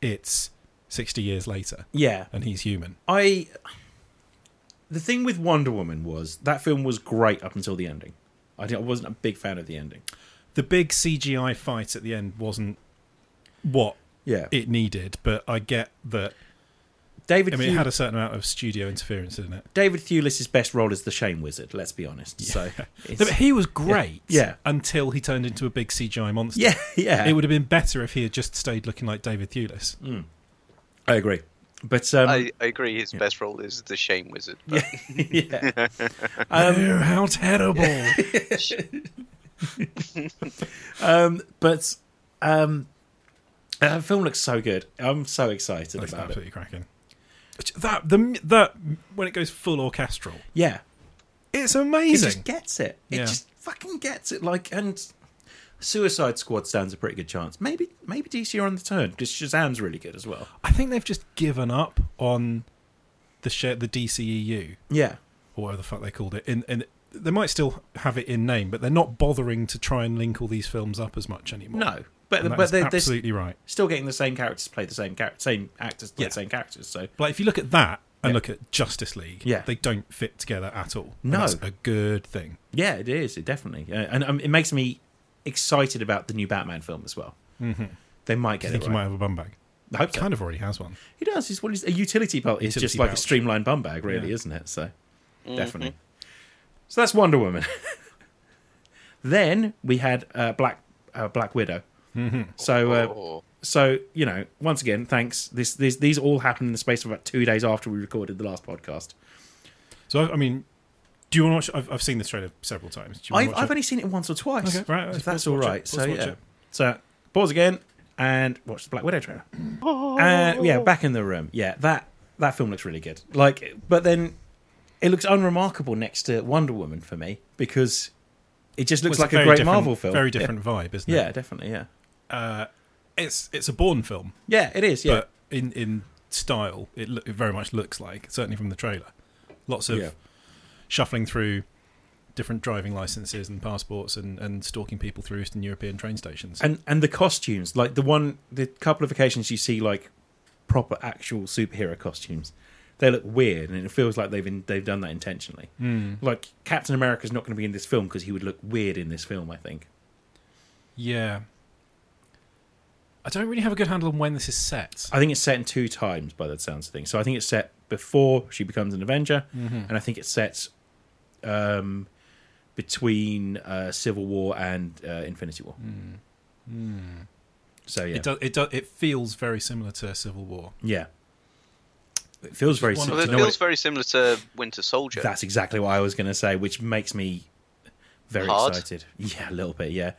Speaker 2: it's 60 years later
Speaker 1: Yeah,
Speaker 2: and he's human.
Speaker 1: I the thing with Wonder Woman was that film was great up until the ending. I didn't- I wasn't a big fan of the ending.
Speaker 2: The big CGI fight at the end wasn't what
Speaker 1: Yeah,
Speaker 2: it needed, but I get that.
Speaker 1: David
Speaker 2: I mean, it
Speaker 1: Thewlis-
Speaker 2: had a certain amount of studio interference in it.
Speaker 1: David Thewlis's best role is the Shame Wizard. Let's be honest.
Speaker 2: *laughs*
Speaker 1: So it's,
Speaker 2: No, but he was great
Speaker 1: Yeah.
Speaker 2: until he turned into a big CGI monster.
Speaker 1: yeah, yeah,
Speaker 2: It would have been better if he had just stayed looking like David Thewlis.
Speaker 1: Mm. Um, I agree. But um,
Speaker 3: I, I agree. His best role is the Shame Wizard. But
Speaker 1: yeah,
Speaker 2: oh, how terrible!
Speaker 1: um, but um, uh, the film looks so good. I'm so excited
Speaker 2: That's
Speaker 1: about it.
Speaker 2: absolutely cracking. That the that when it goes full orchestral,
Speaker 1: Yeah,
Speaker 2: it's
Speaker 1: it
Speaker 2: amazing.
Speaker 1: just gets it. It
Speaker 2: Yeah.
Speaker 1: just fucking gets it. Like and Suicide Squad stands a pretty good chance. Maybe maybe DC are on the turn because Shazam's really good as well.
Speaker 2: I think they've just given up on the E share the DCEU
Speaker 1: Yeah.
Speaker 2: or whatever the fuck they called it in in they might still have it in name, but they're not bothering to try and link all these films up as much anymore.
Speaker 1: No, but
Speaker 2: And that
Speaker 1: but
Speaker 2: is
Speaker 1: they're, they're
Speaker 2: absolutely right.
Speaker 1: still getting the same characters to play the same character, same actors to play
Speaker 2: Yeah.
Speaker 1: the same characters. So
Speaker 2: But if you look at that and
Speaker 1: Yeah.
Speaker 2: look at Justice League,
Speaker 1: Yeah.
Speaker 2: they don't fit together at all. And
Speaker 1: No.
Speaker 2: that's a good thing.
Speaker 1: yeah, it is. It definitely, uh, and um, it makes me excited about the new Batman film as well.
Speaker 2: Mm-hmm.
Speaker 1: They might
Speaker 2: I
Speaker 1: get
Speaker 2: think
Speaker 1: it
Speaker 2: he might
Speaker 1: right.
Speaker 2: have a bum bag.
Speaker 1: I hope so.
Speaker 2: Kind of already has one.
Speaker 1: He does. He's what is a utility belt. It's just
Speaker 2: Utility
Speaker 1: like a
Speaker 2: pouch.
Speaker 1: streamlined bum bag, really,
Speaker 2: Yeah.
Speaker 1: isn't it? So definitely. So that's Wonder Woman. *laughs* then we had uh, Black uh, Black Widow. Mm-hmm. So uh,
Speaker 3: Oh,
Speaker 1: so you know, once again, thanks. This, this these all happened in the space of about two days after we recorded the last podcast.
Speaker 2: So, I, I mean, do you want to watch? I've, I've seen this trailer several times. Do you want
Speaker 1: I've,
Speaker 2: to watch
Speaker 1: I've
Speaker 2: it?
Speaker 1: only seen it once or twice.
Speaker 2: Okay, right,
Speaker 1: if
Speaker 2: let's
Speaker 1: that's
Speaker 2: pause-
Speaker 1: all
Speaker 2: watch it,
Speaker 1: right.
Speaker 2: pause-
Speaker 1: so
Speaker 2: watch
Speaker 1: yeah.
Speaker 2: it.
Speaker 1: So pause again and watch the Black Widow trailer. Uh, yeah, back in the room. Yeah, that that film looks really good. Like, but then it looks unremarkable next to Wonder Woman for me because it just looks
Speaker 2: Well,
Speaker 1: like a,
Speaker 2: it's very
Speaker 1: great
Speaker 2: different-
Speaker 1: Marvel film.
Speaker 2: Very different vibe, isn't
Speaker 1: Yeah,
Speaker 2: it?
Speaker 1: yeah definitely. Yeah,
Speaker 2: Uh, it's it's a Bourne film,
Speaker 1: yeah, it is. Yeah,
Speaker 2: but in in style, it, lo- it very much looks like certainly from the trailer. Lots of
Speaker 1: Yeah.
Speaker 2: shuffling through different driving licenses and passports, and, and stalking people through Eastern European train stations.
Speaker 1: and and the costumes, like the one, the couple of occasions you see like proper actual superhero costumes. They look weird, and it feels like they've in, they've done that intentionally. Like Captain America's not going to be in this film because he would look weird in this film. I think.
Speaker 2: yeah, I don't really have a good handle on when this is set.
Speaker 1: I think it's set in two times by the sounds of things. So I think it's set before she becomes an Avenger, and I think it's set um, between uh, Civil War and uh, Infinity War. So yeah,
Speaker 2: It does. It does. It feels very similar to Civil War.
Speaker 1: yeah, it feels very.
Speaker 2: one
Speaker 1: sim-
Speaker 2: of
Speaker 3: well, it
Speaker 1: you know
Speaker 3: feels
Speaker 1: what?
Speaker 3: very similar to Winter Soldier.
Speaker 1: That's exactly what I was going to say, which makes me very
Speaker 3: Hard?
Speaker 1: excited. Yeah, a little bit.
Speaker 3: *laughs*
Speaker 1: Yeah,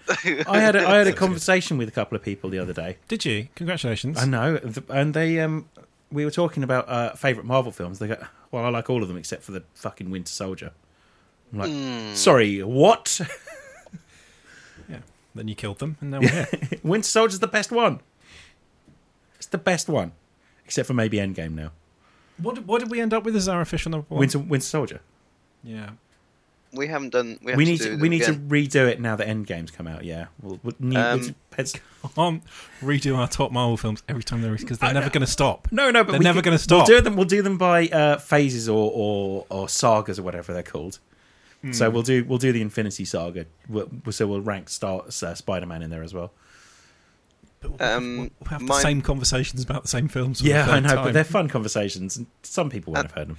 Speaker 1: I had a, I had a
Speaker 2: good.
Speaker 1: conversation with a couple of people the other day.
Speaker 2: Did you? Congratulations.
Speaker 1: I know, th- and they um, we were talking about uh, favorite Marvel films. They go, well, I like all of them except for the fucking Winter Soldier. I'm like,
Speaker 3: Hmm.
Speaker 1: sorry, what? *laughs*
Speaker 2: yeah. Then you killed them, and now we're here.
Speaker 1: Winter Soldier's the best one. It's the best one, except for maybe Endgame now.
Speaker 2: What, what did we end up with as our official number one?
Speaker 1: Winter Winter Soldier.
Speaker 2: Yeah.
Speaker 3: we haven't done. We, have
Speaker 1: We
Speaker 3: to
Speaker 1: need
Speaker 3: do
Speaker 1: to,
Speaker 3: them
Speaker 1: we need
Speaker 3: again.
Speaker 1: to redo it now that Endgame's come out. Yeah, we'll, we'll need,
Speaker 3: Um,
Speaker 1: it's- it's-
Speaker 2: Can't redo our top Marvel films every time there is because they're
Speaker 1: I
Speaker 2: never
Speaker 1: know.
Speaker 2: going to stop.
Speaker 1: no, no, but
Speaker 2: They're
Speaker 1: we
Speaker 2: never
Speaker 1: can-
Speaker 2: gonna stop.
Speaker 1: We'll do them. We'll do them by uh, phases or, or or sagas or whatever they're called. So we'll do we'll do the Infinity Saga. We'll, we'll- so we'll rank Star uh, Spider Man in there as well.
Speaker 2: But we'll, have-
Speaker 3: Um,
Speaker 2: we'll have the
Speaker 3: my-
Speaker 2: same conversations about the same films. for the
Speaker 1: Yeah, I
Speaker 2: third
Speaker 1: know, but
Speaker 2: time.
Speaker 1: they're fun Uh, conversations, and some people won't have heard them.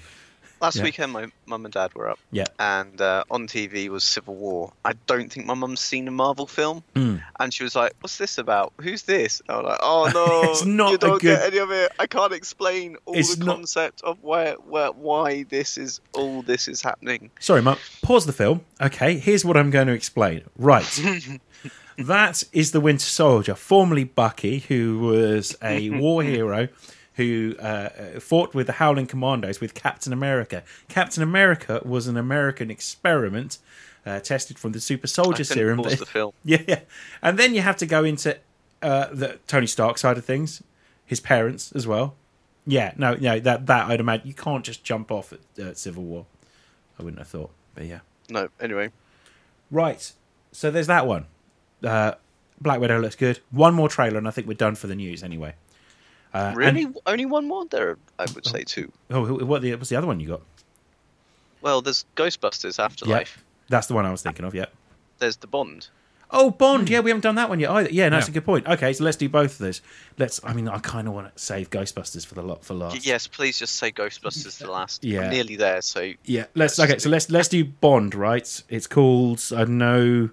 Speaker 3: Last
Speaker 1: Yeah.
Speaker 3: weekend, my mum and dad were up,
Speaker 1: Yeah,
Speaker 3: and uh, on TV was Civil War. I don't think my mum's seen a Marvel film,
Speaker 1: Hmm.
Speaker 3: and she was like, "What's this about? Who's this?" And I was like, "Oh
Speaker 1: *laughs*
Speaker 3: no,
Speaker 1: It's not
Speaker 3: you
Speaker 1: a
Speaker 3: don't get
Speaker 1: good-
Speaker 3: any of it. I can't explain all
Speaker 1: It's
Speaker 3: the
Speaker 1: not-
Speaker 3: concept of where, where, why this is all this is happening."
Speaker 1: sorry, Mark. Pause the film. Okay, here's what I'm going to explain. Right,
Speaker 3: *laughs*
Speaker 1: that is the Winter Soldier, formerly Bucky, who was
Speaker 3: *laughs*
Speaker 1: a war hero who uh, fought with the Howling Commandos with Captain America. Captain America was an American experiment uh, tested from the Super
Speaker 3: I
Speaker 1: Soldier
Speaker 3: couldn't
Speaker 1: Serum.
Speaker 3: pause
Speaker 1: that-
Speaker 3: the film.
Speaker 1: *laughs* Yeah, yeah. And then you have to go into uh, the Tony Stark side of things, his parents as well. Yeah, no, no, that that I'd imagine you can't just jump off at uh, Civil War. I wouldn't have thought, but yeah.
Speaker 3: No, anyway,
Speaker 1: Right, so there's that one. Uh, Black Widow looks good. One more trailer, and I think we're done for the news anyway. Uh, and-
Speaker 3: really, only one more. There, are, I would say two.
Speaker 1: oh, who- what the, what's the other one you got?
Speaker 3: Well, there's Ghostbusters Afterlife.
Speaker 1: That's the one I was thinking of. Yeah.
Speaker 3: There's the Bond.
Speaker 1: Oh, Bond. Yeah, we haven't done that one yet either. Yeah, no, that's
Speaker 2: Yeah.
Speaker 1: a good point. Okay, so let's do both of those. Let's. I mean, I kind of want to save Ghostbusters for the lot for
Speaker 3: Y-
Speaker 1: last.
Speaker 3: Yes, please just say Ghostbusters the last. I'm
Speaker 1: Yeah.
Speaker 3: nearly there. So
Speaker 1: Yeah, let's
Speaker 3: Let's
Speaker 1: okay.
Speaker 3: just
Speaker 1: So let's let's do Bond, right? It's called I don't know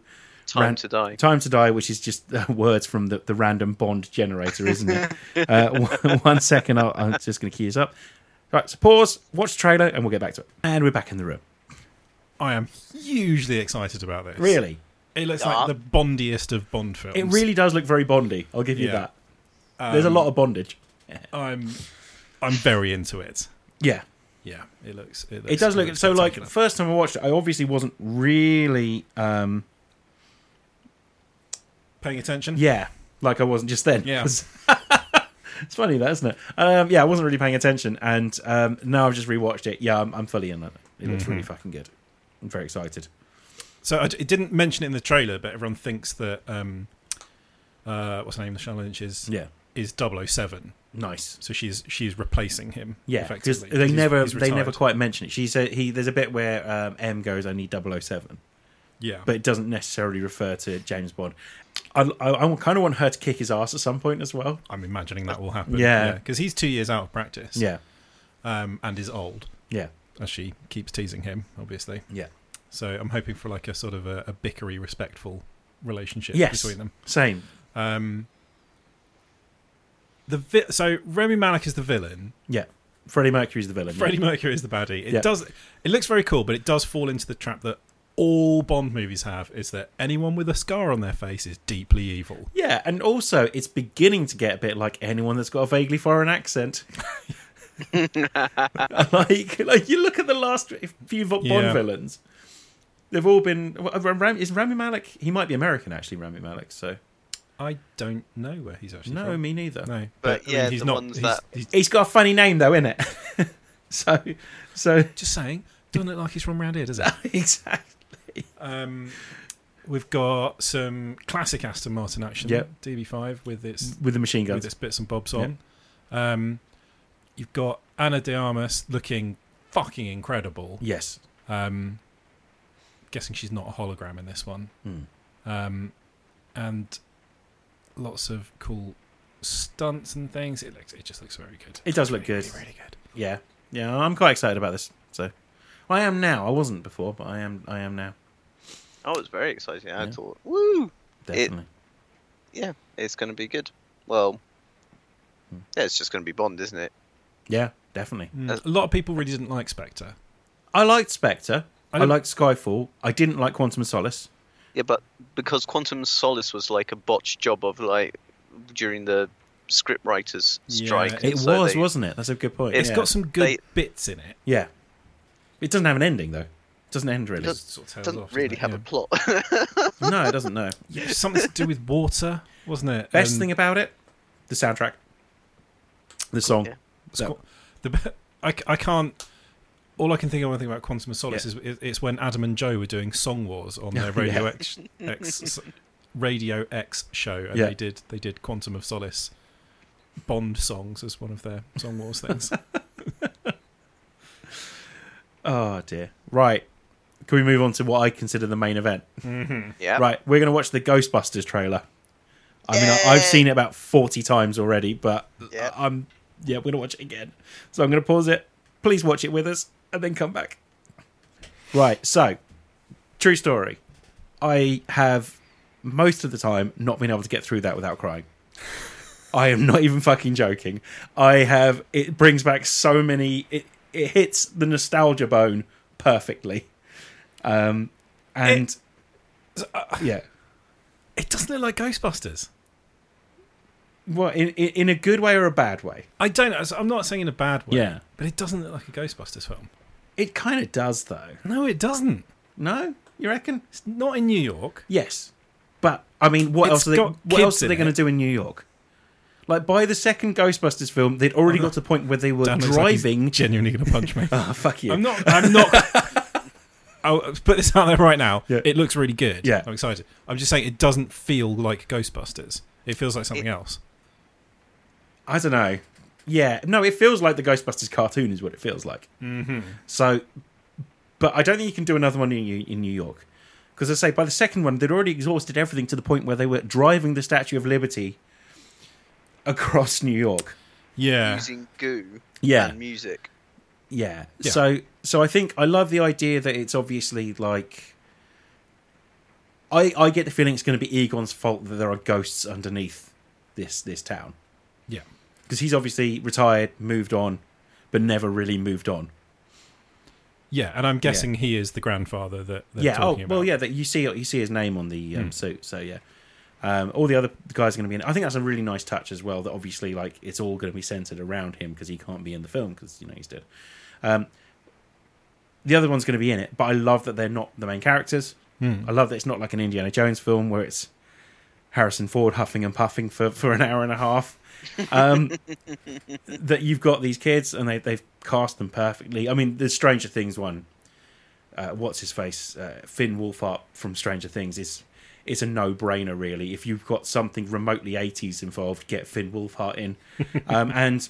Speaker 3: time
Speaker 1: Ran-
Speaker 3: to die.
Speaker 1: Time to Die, which is just uh, *laughs* words from the, the random Bond generator, isn't it? uh, *laughs* one, one second, I'll, I'm just going to key this up. Right, so pause, watch the trailer, and we'll get back to it. And we're back in the room.
Speaker 2: I am hugely excited about this.
Speaker 1: Really,
Speaker 2: It looks
Speaker 3: Ah.
Speaker 2: like the bondiest of Bond films.
Speaker 1: it really does look very Bondy. I'll give you
Speaker 2: Yeah. um,
Speaker 1: that. There's a lot of bondage.
Speaker 2: I'm, I'm very into it.
Speaker 1: Yeah,
Speaker 2: Yeah, it looks. It, looks,
Speaker 1: it does look
Speaker 2: looks
Speaker 1: so. Like
Speaker 2: spectacular.
Speaker 1: first time I watched it, I obviously wasn't really. Um,
Speaker 2: paying attention.
Speaker 1: Yeah, like I wasn't just then. *laughs*
Speaker 2: Yeah.
Speaker 1: it's funny that, isn't it? Um, yeah, I wasn't
Speaker 2: Mm-hmm.
Speaker 1: really paying attention, and um, now I've just rewatched it. Yeah, I'm, I'm fully in on it. It looks really fucking good. I'm very excited.
Speaker 2: So I, it didn't mention it in the trailer, but everyone thinks that um, uh, what's her name, Michelle Lynch is
Speaker 1: Yeah,
Speaker 2: is 007.
Speaker 1: nice.
Speaker 2: So she's she's replacing him.
Speaker 1: Yeah, because
Speaker 2: effectively.
Speaker 1: they
Speaker 2: He's-
Speaker 1: never
Speaker 2: he's
Speaker 1: they never
Speaker 2: retired.
Speaker 1: quite mention it. She said he there's a bit where um, M goes only 007,
Speaker 2: Yeah,
Speaker 1: but it doesn't necessarily refer to James Bond. I, I, I kind of want her to kick his ass at some point as well.
Speaker 2: I'm imagining that will happen.
Speaker 1: Yeah.
Speaker 2: because he's two years out of practice.
Speaker 1: Yeah,
Speaker 2: um, and is old,
Speaker 1: yeah,
Speaker 2: as she keeps teasing him, obviously.
Speaker 1: yeah.
Speaker 2: So I'm hoping for like a sort of a, a bickery, respectful relationship
Speaker 1: Yes.
Speaker 2: between them.
Speaker 1: Same.
Speaker 2: Um, the vi- so Remy Malik is the villain.
Speaker 1: Yeah, Freddie Mercury's the villain. yeah.
Speaker 2: Freddie Mercury is the baddie. It
Speaker 1: Yeah.
Speaker 2: does. It looks very cool, but it does fall into the trap that all Bond movies have: is that anyone with a scar on their face is deeply evil.
Speaker 1: Yeah, and also it's beginning to get a bit like anyone that's got a vaguely foreign accent. *laughs* like, like you look at the last few Bond
Speaker 2: Yeah.
Speaker 1: villains; they've all been. uh, well, Ram- Is Rami Malek? He might be American, actually. Rami Malek. So
Speaker 2: I don't know where he's actually
Speaker 1: no,
Speaker 2: from.
Speaker 1: me neither.
Speaker 2: no,
Speaker 3: But
Speaker 2: I mean,
Speaker 3: yeah,
Speaker 2: he's
Speaker 3: the
Speaker 2: not.
Speaker 3: ones
Speaker 2: he's-
Speaker 3: that-
Speaker 2: he's
Speaker 1: He's got a funny name though, isn't it? *laughs* so, so *laughs*
Speaker 2: just saying. Doesn't look like he's from around here, does it?
Speaker 1: exactly.
Speaker 2: *laughs* Um, we've got some classic Aston Martin action.
Speaker 1: Yep.
Speaker 2: DB5 with its
Speaker 1: With the machine guns.
Speaker 2: with its bits and bobs on. Um, you've got Anna De Armas looking fucking incredible.
Speaker 1: Yes.
Speaker 2: Um, guessing she's not a hologram in this one.
Speaker 1: Hmm.
Speaker 2: Um, and lots of cool stunts and things. It looks. It just looks very good.
Speaker 1: It does look
Speaker 2: Really,
Speaker 1: good.
Speaker 2: Really, really good.
Speaker 1: Yeah. Yeah. I'm quite excited about this. So, I am now. I wasn't before, but I am. I am now.
Speaker 3: I was Oh, very excited. I
Speaker 1: Yeah.
Speaker 3: thought, woo,
Speaker 1: Definitely.
Speaker 3: yeah, it's going to be good. Well,
Speaker 1: Hmm.
Speaker 3: yeah, it's just going to be Bond, isn't it?
Speaker 1: Yeah. Definitely.
Speaker 2: Mm. A lot of people really didn't like Spectre.
Speaker 1: I liked Spectre.
Speaker 2: I
Speaker 1: I,
Speaker 2: don't-
Speaker 1: liked Skyfall. I didn't like Quantum of Solace.
Speaker 3: Yeah, but because Quantum Solace was like a botched job of like during the script writers
Speaker 2: Yeah,
Speaker 3: strike.
Speaker 2: it
Speaker 1: It
Speaker 3: so
Speaker 1: was,
Speaker 3: they-
Speaker 1: wasn't it? That's a good point.
Speaker 3: It's
Speaker 2: It's
Speaker 1: yeah.
Speaker 2: got some good
Speaker 3: They-
Speaker 2: bits in it.
Speaker 1: Yeah. It doesn't have an ending though. It doesn't end really.
Speaker 3: does-
Speaker 2: Sort of tails
Speaker 3: doesn't
Speaker 2: off, doesn't
Speaker 3: really
Speaker 2: it?
Speaker 3: have
Speaker 2: Yeah.
Speaker 3: a plot. *laughs*
Speaker 1: no, it doesn't. No.
Speaker 2: Yeah, something to do with water, wasn't it?
Speaker 1: Best
Speaker 2: Um,
Speaker 1: thing about it, the soundtrack, the song.
Speaker 3: Yeah.
Speaker 2: it's got- the, I, c- I can't. All I can think of when I think about Quantum of Solace is is it's when Adam and Joe were doing Song Wars on their
Speaker 1: *laughs* Yeah.
Speaker 2: Radio X, X Radio X show, and
Speaker 1: Yeah.
Speaker 2: they did they did Quantum of Solace Bond songs as one of their Song Wars things.
Speaker 1: *laughs* Oh dear. Right. Can we move on to what I consider the main event?
Speaker 3: yeah,
Speaker 1: Right. We're going to watch the Ghostbusters trailer. I mean, I, I've seen it about forty times already, but
Speaker 3: Yeah.
Speaker 1: I- I'm yeah, we're going to watch it again. So I'm going to pause it. Please watch it with us, and then come back. Right. So, true story. I have most of the time not been able to get through that without crying. I am not even fucking joking. I have it brings back so many. It it hits the nostalgia bone perfectly. Um, and yeah.
Speaker 2: it doesn't look like Ghostbusters.
Speaker 1: Well, in, in in a good way or a bad way?
Speaker 2: I don't. know, I'm not saying in a bad way.
Speaker 1: Yeah.
Speaker 2: but it doesn't look like a Ghostbusters film.
Speaker 1: It kind of does, though.
Speaker 2: No, it doesn't.
Speaker 1: No, you reckon?
Speaker 2: It's not in New York.
Speaker 1: Yes, but I mean, what
Speaker 2: It's
Speaker 1: else? Are they,
Speaker 2: got
Speaker 1: what else
Speaker 2: kids
Speaker 1: are they
Speaker 2: in
Speaker 1: going
Speaker 2: it.
Speaker 1: to do in New York? Like by the second Ghostbusters film, they'd already got to the point where they were
Speaker 2: Dan Oh, looks like he's
Speaker 1: driving.
Speaker 2: genuinely going to punch
Speaker 1: *laughs*
Speaker 2: me.
Speaker 1: Ah, fuck you.
Speaker 2: I'm not.
Speaker 1: *laughs*
Speaker 2: I'm not. I'll put this out there right now.
Speaker 1: Yeah.
Speaker 2: It looks really good.
Speaker 1: Yeah.
Speaker 2: I'm excited. I'm just saying it doesn't feel like Ghostbusters. It feels like something
Speaker 3: It-
Speaker 2: else.
Speaker 1: I don't know. Yeah, no, it feels like the Ghostbusters cartoon is what it feels like. Mm-hmm. So, but I don't think you can do another one in in New York because I say by the second one they'd already exhausted everything to the point where they were driving the Statue of Liberty across New York.
Speaker 2: Yeah.
Speaker 3: using goo
Speaker 1: Yeah,
Speaker 3: and music.
Speaker 1: yeah.
Speaker 2: Yeah.
Speaker 1: So so I think I love the idea that it's obviously like I I get the feeling it's going to be Egon's fault that there are ghosts underneath this this town
Speaker 2: Yeah.
Speaker 1: because he's obviously retired, moved on, but never really moved on.
Speaker 2: Yeah. And I'm guessing he is the grandfather that they're
Speaker 1: yeah. Oh
Speaker 2: talking about. Hmm.
Speaker 1: well, yeah. That you see you see his name on the um, suit. So yeah. Um, all the other guys are going to be in. it. I think that's a really nice touch as well. That obviously, like, it's all going to be centered around him because he can't be in the film because you know he's dead. Um, the other one's going to be in it, but I love that they're not the main characters.
Speaker 2: Hmm.
Speaker 1: I love that it's not like an Indiana Jones film where it's Harrison Ford huffing and puffing for, for an hour and a half. Um, that you've got these kids and they, they've cast them perfectly. I mean, the Stranger Things one uh, what's his face uh, Finn Wolfhard from Stranger Things is it's a no brainer really. If you've got something remotely 80s involved, get Finn Wolfhard
Speaker 2: *laughs*
Speaker 1: in. um, and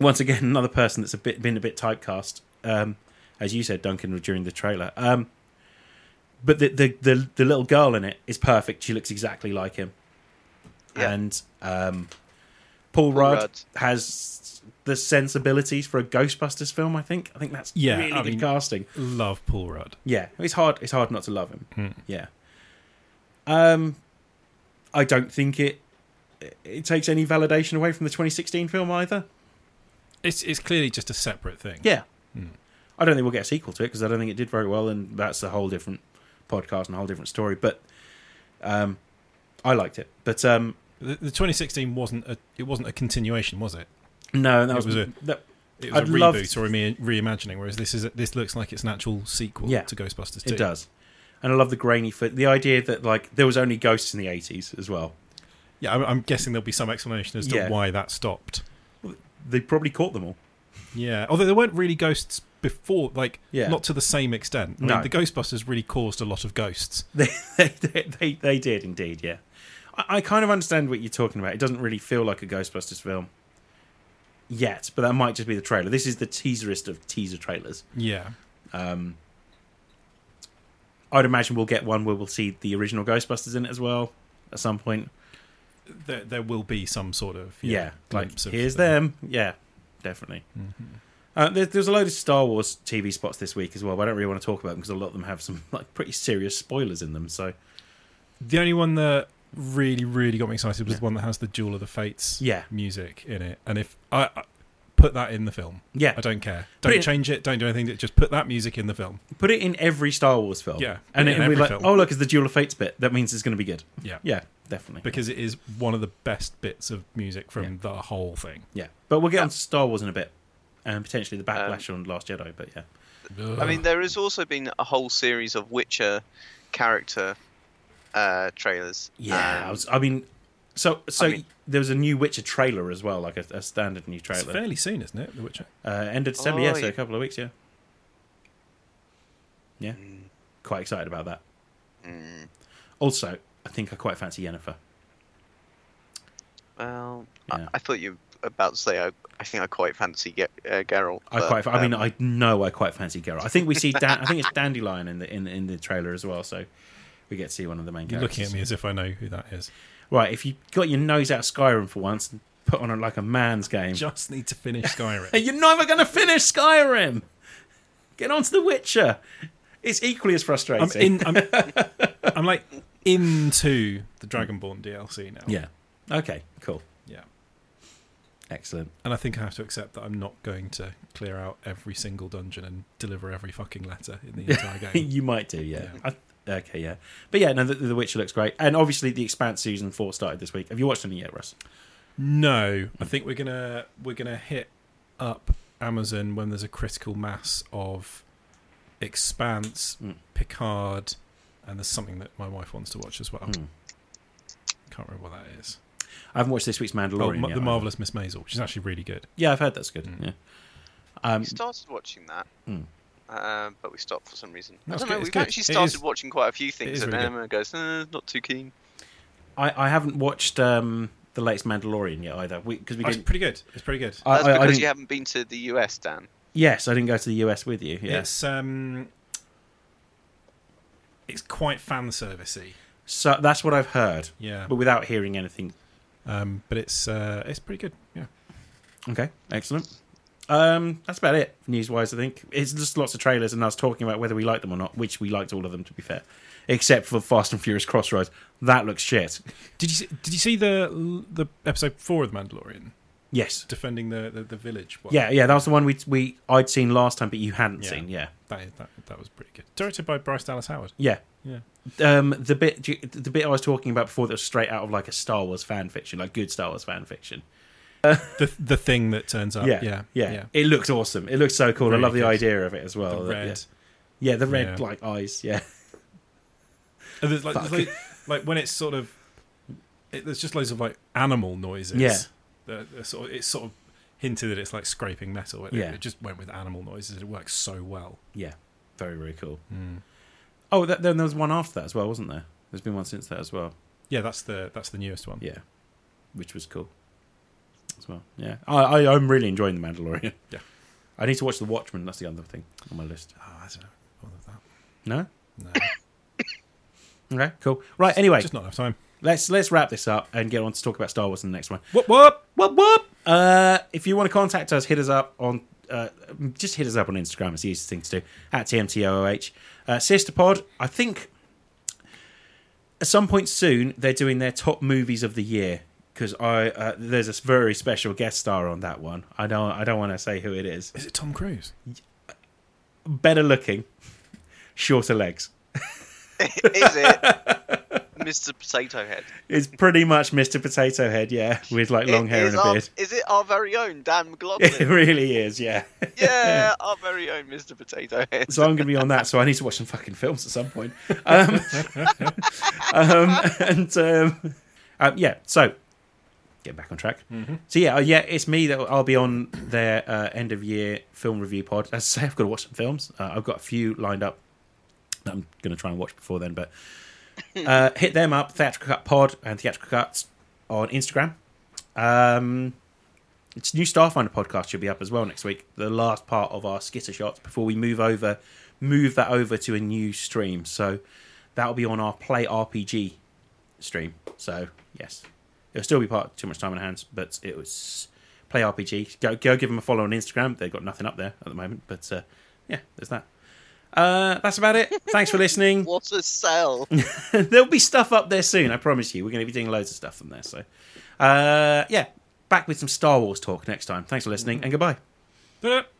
Speaker 1: once again, another person that's a bit been a bit typecast, um, as you said, Duncan during the trailer. Um, but the, the the the little girl in it is perfect. She looks exactly like him.
Speaker 3: Yeah.
Speaker 1: And um, Paul,
Speaker 3: Paul
Speaker 1: Rudd,
Speaker 3: Rudd.
Speaker 1: has the sensibilities for a Ghostbusters film. I think. I think that's
Speaker 2: Yeah,
Speaker 1: really
Speaker 2: I
Speaker 1: good
Speaker 2: mean-
Speaker 1: casting.
Speaker 2: Love Paul Rudd.
Speaker 1: Yeah, it's hard. It's hard not to love him.
Speaker 2: Hmm.
Speaker 1: Yeah. Um, I don't think it it takes any validation away from the 2016 film either.
Speaker 2: It's it's clearly just a separate thing.
Speaker 1: Yeah.
Speaker 2: Hmm.
Speaker 1: I don't think we'll get a sequel to it because I don't think it did very well, and that's a whole different podcast and a whole different story. But um, I liked it. But um,
Speaker 2: The, the 2016 wasn't a it wasn't a continuation, was it?
Speaker 1: no, that
Speaker 2: It
Speaker 1: was,
Speaker 2: was a-
Speaker 1: that,
Speaker 2: It was
Speaker 1: I'd
Speaker 2: a
Speaker 1: love-
Speaker 2: reboot or a mere reimagining. Whereas this is a, this looks like it's an actual sequel
Speaker 1: Yeah.
Speaker 2: to Ghostbusters 2.
Speaker 1: it does. And I love the grainy foot. The idea that like there was only ghosts in the 80s as well.
Speaker 2: Yeah, I'm, I'm guessing there'll be some explanation as to
Speaker 1: Yeah.
Speaker 2: why that stopped.
Speaker 1: They probably caught them all.
Speaker 2: Yeah, although there weren't really ghosts before, like
Speaker 1: Yeah.
Speaker 2: not to the same extent. I
Speaker 1: No.
Speaker 2: mean, the Ghostbusters really caused a lot of ghosts.
Speaker 1: *laughs* They they they, they, they did indeed. Yeah. I, I kind of understand what you're talking about. It doesn't really feel like a Ghostbusters film yet, but that might just be the trailer. This is the teaserist of teaser trailers.
Speaker 2: Yeah,
Speaker 1: Um, I'd imagine we'll get one where we'll see the original Ghostbusters in it as well at some point.
Speaker 2: there there will be some sort of
Speaker 1: Yeah, like
Speaker 2: glimpse of
Speaker 1: here's them. Yeah, definitely.
Speaker 2: Mm-hmm.
Speaker 1: Uh, there, there's a load of Star Wars TV spots this week as well, but I don't really want to talk about them because a lot of them have some *laughs* like pretty serious spoilers in them. So
Speaker 2: The only one that really really got me excited was the one that has the Jewel of the Fates
Speaker 1: yeah,
Speaker 2: music in it, and if I, I put that in the film,
Speaker 1: yeah,
Speaker 2: I don't care.
Speaker 1: Put
Speaker 2: Don't
Speaker 1: it-
Speaker 2: change it. Don't do anything. Just put that music in the
Speaker 1: *laughs*
Speaker 2: film.
Speaker 1: put it in every Star Wars film.
Speaker 2: Yeah,
Speaker 1: and
Speaker 2: put it in
Speaker 1: it'll be
Speaker 2: every
Speaker 1: like,
Speaker 2: film.
Speaker 1: oh look, it's the Duel of Fates bit. That means it's going to be good.
Speaker 2: Yeah.
Speaker 1: Yeah, definitely.
Speaker 2: because it is one of the best bits of music from
Speaker 1: Yeah.
Speaker 2: the whole thing.
Speaker 1: yeah, but we'll get onto Star Wars in a bit, and potentially the backlash on Last Jedi. But yeah,
Speaker 3: I mean, there has also been a whole series of Witcher character uh, trailers.
Speaker 1: Yeah, I,
Speaker 3: Um,
Speaker 1: was, I mean, so so
Speaker 3: mean-
Speaker 1: there was a new Witcher trailer as well, like a, a standard new
Speaker 2: it's
Speaker 1: trailer.
Speaker 2: fairly soon, isn't it? The Witcher.
Speaker 1: Uh, end of December,
Speaker 3: Oh,
Speaker 1: yeah, so
Speaker 3: yeah.
Speaker 1: a couple of weeks, yeah. Yeah, quite excited about that. Also, I think I quite fancy Yennefer.
Speaker 3: well,
Speaker 1: Yeah.
Speaker 3: I, I thought you were about to say I, I think I quite fancy Ge- uh, Geralt.
Speaker 1: I
Speaker 3: but,
Speaker 1: quite, I mean,
Speaker 3: um,
Speaker 1: I know I quite fancy Geralt. I think we see, Dan, I think it's Dandelion in the in, in the trailer as well, so we get to see one of the main
Speaker 2: You're
Speaker 1: characters.
Speaker 2: looking at me as if I know who that is.
Speaker 1: Right, if you got your nose out of Skyrim for once and put on a, like a man's game,
Speaker 2: *laughs* Just need to finish Skyrim.
Speaker 1: You're never going to finish Skyrim. Get on to The Witcher. It's equally as frustrating.
Speaker 2: I'm in. I'm, I'm like into the Dragonborn DLC now.
Speaker 1: yeah. Okay. Cool.
Speaker 2: yeah. *laughs*
Speaker 1: Excellent. *laughs*
Speaker 2: And I think I have to accept that I'm not going to clear out every single dungeon and deliver every fucking letter in
Speaker 1: *laughs*
Speaker 2: the entire game.
Speaker 1: you might do. Yeah. I- okay. Yeah. But yeah. No. The, the Witcher looks great, and obviously the Expanse season four started this week. Have you watched any yet, Russ?
Speaker 2: No, I think we're gonna we're gonna hit up Amazon when there's a critical mass of Expanse,
Speaker 1: Mm.
Speaker 2: Picard, and there's something that my wife wants to watch as well.
Speaker 1: Hmm.
Speaker 2: Can't remember what that is.
Speaker 1: I haven't watched this week's
Speaker 2: Oh,
Speaker 1: Mandalorian.
Speaker 2: Ma-
Speaker 1: yet,
Speaker 2: the
Speaker 1: either.
Speaker 2: marvelous Miss Maisel, which is actually really good.
Speaker 1: Yeah, I've heard that's good.
Speaker 2: Mm.
Speaker 1: Yeah. Um,
Speaker 3: we started watching that,
Speaker 1: Mm.
Speaker 3: um, but we stopped for some reason. I
Speaker 2: That's
Speaker 3: don't
Speaker 2: good,
Speaker 3: know.
Speaker 2: it's
Speaker 3: We've
Speaker 2: good.
Speaker 3: actually
Speaker 2: It
Speaker 3: started
Speaker 2: is-
Speaker 3: watching quite a few things,
Speaker 2: is
Speaker 3: and
Speaker 2: really
Speaker 3: Emma goes, eh, "Not too keen."
Speaker 1: I, I haven't watched um, the latest Mandalorian yet either because we,
Speaker 2: Oh, it's
Speaker 1: didn't.
Speaker 2: pretty good. It's pretty good.
Speaker 1: I-
Speaker 3: That's
Speaker 1: I- I
Speaker 3: because
Speaker 1: didn't-
Speaker 3: you haven't been to the
Speaker 1: *laughs*
Speaker 3: US, Dan. *laughs*
Speaker 1: Yes, I didn't go to the US with you. Yeah.
Speaker 2: It's um, it's quite fan servicey.
Speaker 1: So that's what I've heard,
Speaker 2: Yeah,
Speaker 1: but without hearing anything
Speaker 2: um, but it's uh, it's pretty good. Yeah,
Speaker 1: Okay, excellent. Um, that's about it news wise. I think it's just lots of trailers and us talking about whether we like them or not, which we liked all of them to be fair, except for Fast and Furious Crossroads. That looks shit.
Speaker 2: did you see, did you see the the episode four of the Mandalorian
Speaker 1: Yes,
Speaker 2: defending the the, the village? One?
Speaker 1: yeah, yeah. That was the one we we I'd seen last time, but you hadn't
Speaker 2: Yeah.
Speaker 1: seen. Yeah,
Speaker 2: that, that that was pretty good. Directed by Bryce Dallas Howard.
Speaker 1: yeah.
Speaker 2: Yeah,
Speaker 1: Um, the bit do you- the bit I was talking about before that was straight out of like a Star Wars fan fiction, like good Star Wars fan fiction.
Speaker 2: the the thing that turns up.
Speaker 1: yeah,
Speaker 2: yeah,
Speaker 1: yeah, It looked awesome. It looked so cool. I
Speaker 2: Really
Speaker 1: love the
Speaker 2: good.
Speaker 1: idea of it as
Speaker 2: The
Speaker 1: well. Oh, That-
Speaker 2: red.
Speaker 1: yeah. yeah, the red
Speaker 2: Yeah.
Speaker 1: like eyes. Yeah,
Speaker 2: And there's like, there's
Speaker 1: Fuck.
Speaker 2: like, like when it's sort of, it, there's just loads of like animal noises.
Speaker 1: Yeah.
Speaker 2: That are sort of, it's sort of hinted that it's like scraping metal. It,
Speaker 1: Yeah.
Speaker 2: it just went with animal noises. It works so well.
Speaker 1: yeah. very very cool.
Speaker 2: Mm.
Speaker 1: Oh, that, then there was one after that as well, wasn't there? There's been one since that as well.
Speaker 2: Yeah, that's the that's the newest one.
Speaker 1: Yeah, which was cool as well. Yeah, I, I I'm really enjoying the Mandalorian.
Speaker 2: Yeah.
Speaker 1: I need to watch the Watchmen. That's the other thing on my list.
Speaker 2: Oh, I don't know. All of that.
Speaker 1: No.
Speaker 2: No. *coughs*
Speaker 1: Okay. Cool. Right. Anyway,
Speaker 2: just not enough time.
Speaker 1: let's let's wrap this up and get on to talk about Star Wars in the next one.
Speaker 2: Whoop whoop.
Speaker 1: Whoop whoop. Uh, if you want to contact us, hit us up on uh, just hit us up on Instagram. It's the easiest thing to do at tmtooh. Uh, Sister Pod. I think at some point soon they're doing their top movies of the year because I uh, there's a very special guest star on that one. I don't I don't want to say who it is.
Speaker 2: Is it Tom Cruise?
Speaker 1: Better looking, shorter legs.
Speaker 3: Is it Mr. Potato Head?
Speaker 1: It's pretty much Mr. Potato Head, yeah, with like long
Speaker 3: It
Speaker 1: hair
Speaker 3: is
Speaker 1: and a
Speaker 3: our-
Speaker 1: beard.
Speaker 3: Is it our very own
Speaker 1: *laughs*
Speaker 3: Dan
Speaker 1: It
Speaker 3: McLaughlin?
Speaker 1: really is, yeah.
Speaker 3: yeah, our very own Mr. Potato
Speaker 1: *laughs*
Speaker 3: Head.
Speaker 1: so I'm going to be on that. So I need to watch some fucking films at some point. Um, *laughs* um, and um, um, yeah, so get back on track. So yeah, uh, yeah, it's me that I'll be on their uh, end of year film review pod. As I say, I've got to watch some films. Uh, I've got a few lined up that I'm going to try and watch before then. But uh, hit them up, theatrical cut pod and theatrical cuts on Instagram. Um, it's new Starfinder podcast should be up as well next week. The last part of our skitter shots before we move over, move that over to a new stream. So that'll be on our play RPG stream. So yes, it'll still be part of too much time on hands, but it was play RPG. Go go give them a follow on Instagram. They've got nothing up there at the moment, but uh, yeah, there's that. Uh, that's about it. Thanks for listening.
Speaker 3: What a sell.
Speaker 1: *laughs* There'll be stuff up there soon, I promise you. We're going to be doing loads of stuff on there. So, uh, yeah, back with some Star Wars talk next time. Thanks for listening and goodbye.
Speaker 2: Da-da.